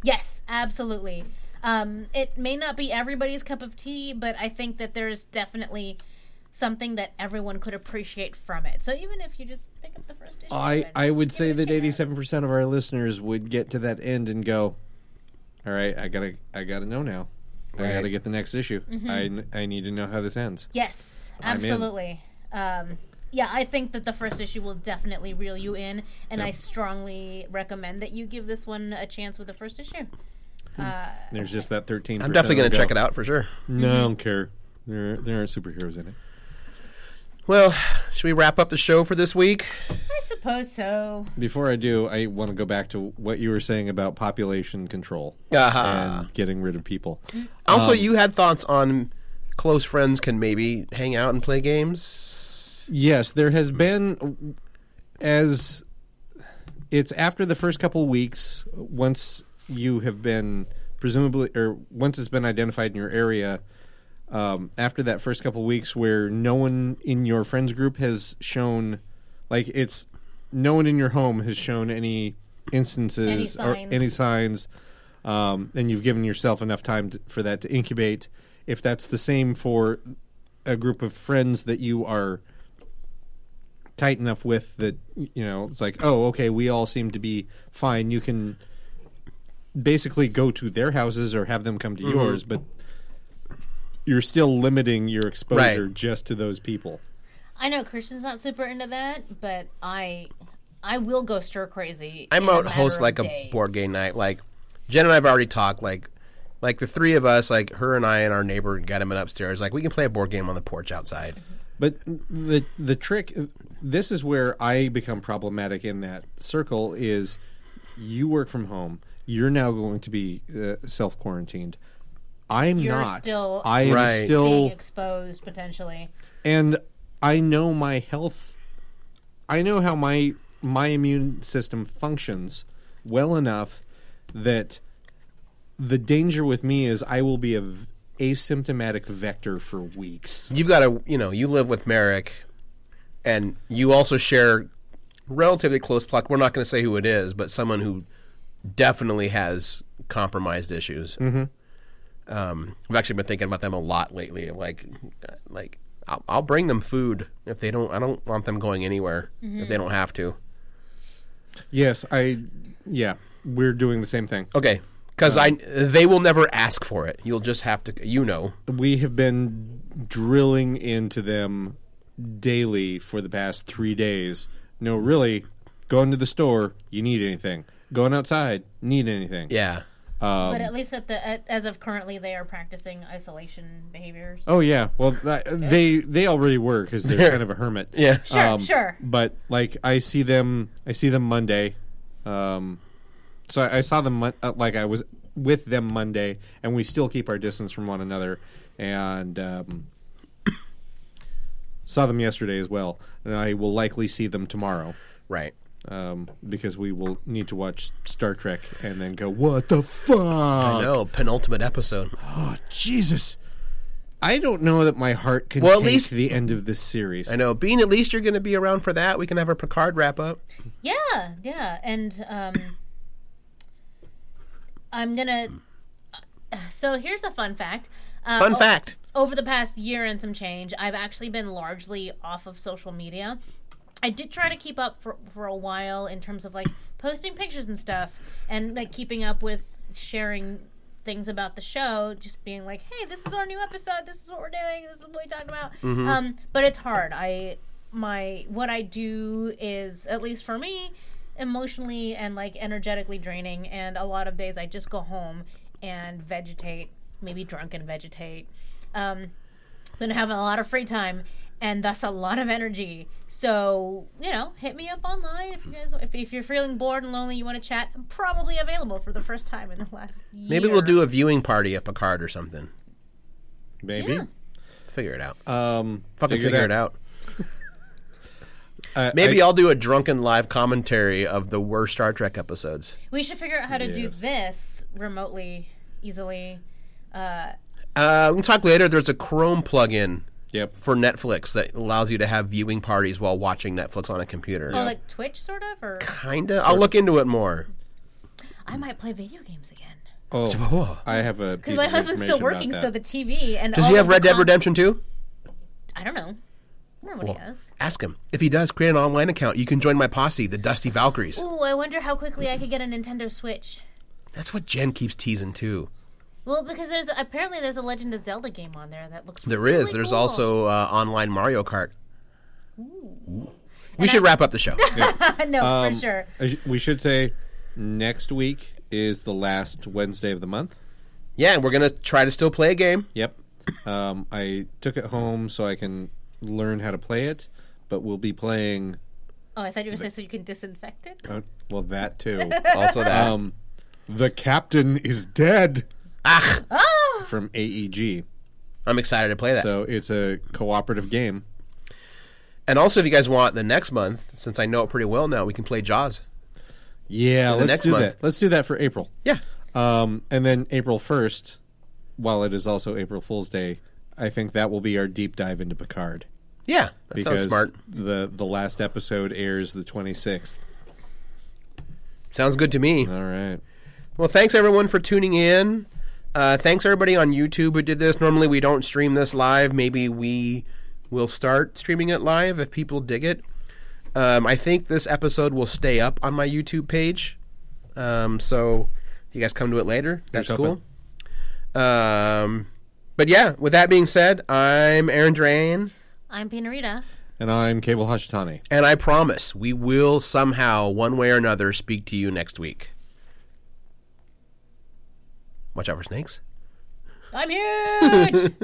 S4: Yes, absolutely. Um, it may not be everybody's cup of tea, but I think that there's definitely something that everyone could appreciate from it. So even if you just pick up the first issue,
S5: I,
S4: and-
S5: I would say that eighty seven percent of our listeners would get to that end and go, "All right, I gotta I gotta know now. I gotta get the next issue.
S1: Mm-hmm.
S5: I I need to know how this ends."
S4: Yes,
S5: I'm in.
S4: absolutely. Um, yeah, I think that the first issue will definitely reel you in, and I strongly recommend that you give this one a chance with the first issue.
S5: There's just that thirteen.
S1: I'm definitely going to check it out Mm-hmm. for sure.
S5: No, I don't care. There are, there are superheroes in it.
S1: Well, should we wrap up the show for this week?
S4: I suppose so.
S5: Before I do, I want to go back to what you were saying about population control
S1: Uh-huh.
S5: and getting rid of people.
S1: Also, you had thoughts on close friends can maybe hang out and play games.
S5: Yes, there has been as it's after the first couple of weeks once you have been presumably or once it's been identified in your area um, after that first couple of weeks where no one in your friends group has shown like it's no one in your home has shown any instances
S4: Any
S5: or
S4: signs.
S5: any signs um, and you've given yourself enough time to, for that to incubate if that's the same for a group of friends that you are tight enough with that you know it's like oh okay we all seem to be fine you can basically go to their houses or have them come to
S1: Mm-hmm.
S5: yours but you're still limiting your exposure
S1: Right.
S5: just to those people
S4: I know Christian's not super into that, but I I will go stir crazy.
S1: I'm
S4: in
S1: out
S4: matter
S1: host
S4: of
S1: like a
S4: days.
S1: board game night. Like Jen and I've already talked. Like like the three of us, like her and I and our neighbor got him in upstairs. Like we can play a board game on the porch outside.
S5: But the the trick this is where I become problematic in that circle is you work from home. You're now going to be uh, self quarantined. I'm
S4: You're
S5: not.
S4: still-
S5: I am
S1: Right.
S4: being
S5: still
S4: exposed potentially.
S5: and I know my health. I know how my my immune system functions well enough that the danger with me is I will be a v- asymptomatic vector for weeks.
S1: You've got to you know you live with Merrick, and you also share relatively close pluck. We're not going to say who it is, but someone who definitely has compromised issues. Mm-hmm. Um, I've actually been thinking about them a lot lately. Like like. I'll, I'll bring them food if they don't. I don't want them going anywhere if they don't have to.
S5: Yes, I. Yeah, we're doing the same thing.
S1: Okay, because I they will never ask for it. You'll just have to, you know.
S5: We have been drilling into them daily for the past three days. No, really, going to the store, you need anything. Going outside, need anything.
S1: Yeah, Um,
S4: but at least at the at, as of currently, they are practicing isolation behaviors.
S5: Oh yeah, well that, they they already were because they're kind of a hermit.
S1: yeah.
S4: Sure,
S5: um,
S4: sure.
S5: But like I see them, I see them Monday. Um, so I, I saw them mon- uh, like I was with them Monday, and we still keep our distance from one another. And um, saw them yesterday as well, and I will likely see them tomorrow
S1: Right.
S5: um, because we will need to watch Star Trek and then go, "What the fuck?"
S1: No penultimate episode.
S5: Jesus. I don't know that my heart can
S1: Well, at
S5: take
S1: least-
S5: the end of this series.
S1: I know. Bean, at least you're going to be around for that. We can have a Picard wrap up.
S4: Yeah, yeah, and um, I'm gonna. So here's a fun fact. Uh,
S1: Fun
S4: o-
S1: fact.
S4: Over the past year and some change, I've actually been largely off of social media. I did try to keep up for for a while in terms of like posting pictures and stuff, and like keeping up with sharing things about the show, just being like, "Hey, this is our new episode. This is what we're doing. This is what we talked about." Um, but it's hard. I my what I do is at least for me emotionally and like energetically draining and a lot of days I just go home and vegetate, maybe drunk and vegetate. Um been having a lot of free time and thus a lot of energy. So, you know, hit me up online if you guys if, if you're feeling bored and lonely, you want to chat. I'm probably available for the first time in the last year.
S1: Maybe we'll do a viewing party of Picard or something.
S5: Maybe.
S4: Yeah.
S1: Figure it out.
S5: Um,
S1: Fucking figure, it out.
S5: I-
S1: Maybe
S5: I,
S1: I, will do a drunken live commentary of the worst Star Trek episodes.
S4: We should figure out how to do
S5: Yes.
S4: this remotely easily. Uh
S1: Uh, we can talk later. There's a Chrome plugin
S5: Yep.
S1: for Netflix that allows you to have viewing parties while watching Netflix on a computer.
S4: Oh, like Twitch, sort of, or
S1: Kinda. I'll look into it more.
S4: I might play video games again.
S5: Oh,
S1: Whoa.
S5: I have a. Because
S4: Because my husband's still working, so the TV and
S1: Does
S4: all
S1: he
S4: of
S1: have
S4: the
S1: Red Dead
S4: con-
S1: Redemption 2?
S4: I don't know. I don't know what he has.
S1: Ask him. If he does, create an online account. You can join my posse, the Dusty Valkyries.
S4: Ooh, I wonder how quickly I could get a Nintendo Switch.
S1: That's what Jen keeps teasing too.
S4: Well, because there's apparently there's a Legend of Zelda game on there that looks
S1: There is.
S4: really
S1: There's
S4: cool.
S1: also uh, online Mario Kart. We should wrap up the show.
S4: no
S1: um,
S4: for sure.
S5: We should say next week is the last Wednesday of the month.
S1: yeah, and we're gonna try to still play a game.
S5: Yep. Um, I took it home so I can learn how to play it, but we'll be playing.
S4: Oh, I thought you were saying so you can disinfect it.
S5: Uh, well, that too.
S1: Also that.
S5: Um, the captain is dead
S1: ah,
S5: from AEG.
S1: I'm excited to play that.
S5: So it's a cooperative game.
S1: And also, if you guys want the next month, since I know it pretty well now, we can play Jaws.
S5: Yeah, let's
S1: next
S5: do
S1: month.
S5: that. Let's do that for April.
S1: Yeah.
S5: Um, and then April 1st, while it is also April Fool's Day, I think that will be our deep dive into Picard.
S1: Yeah, that
S5: Because
S1: sounds smart.
S5: the the last episode airs the 26th.
S1: Sounds good to me.
S5: All right.
S1: Well, thanks everyone for tuning in. Uh, thanks everybody on YouTube who did this. Normally we don't stream this live. Maybe we will start streaming it live if people dig it. Um, I think this episode will stay up on my YouTube page. Um, so if you guys come to it later, that's
S5: hoping.
S1: cool. Um, but yeah, with that being said, I'm Aaron Drain.
S4: I'm Pinarita.
S5: And I'm Cable Hashitani.
S1: And I promise we will somehow, one way or another, speak to you next week. Watch out for snakes.
S4: I'm huge.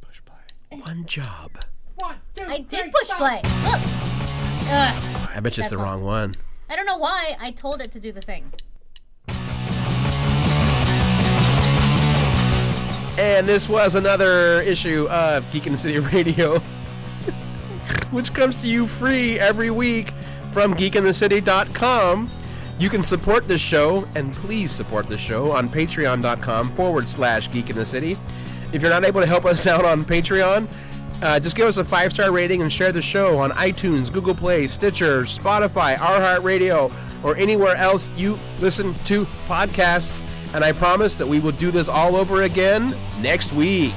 S5: Push play.
S1: One job.
S4: I did push play. Look. Ugh.
S1: I bet you it's the wrong one.
S4: I don't know why I told it to do the thing.
S1: And this was another issue of Geek in the City Radio, which comes to you free every week from geekinthecity.com. You can support this show, and please support this show on patreon.com forward slash geek in the city. If you're not able to help us out on Patreon, uh, just give us a five star rating and share the show on iTunes, Google Play, Stitcher, Spotify, Our Heart Radio, or anywhere else you listen to podcasts. And I promise that we will do this all over again next week.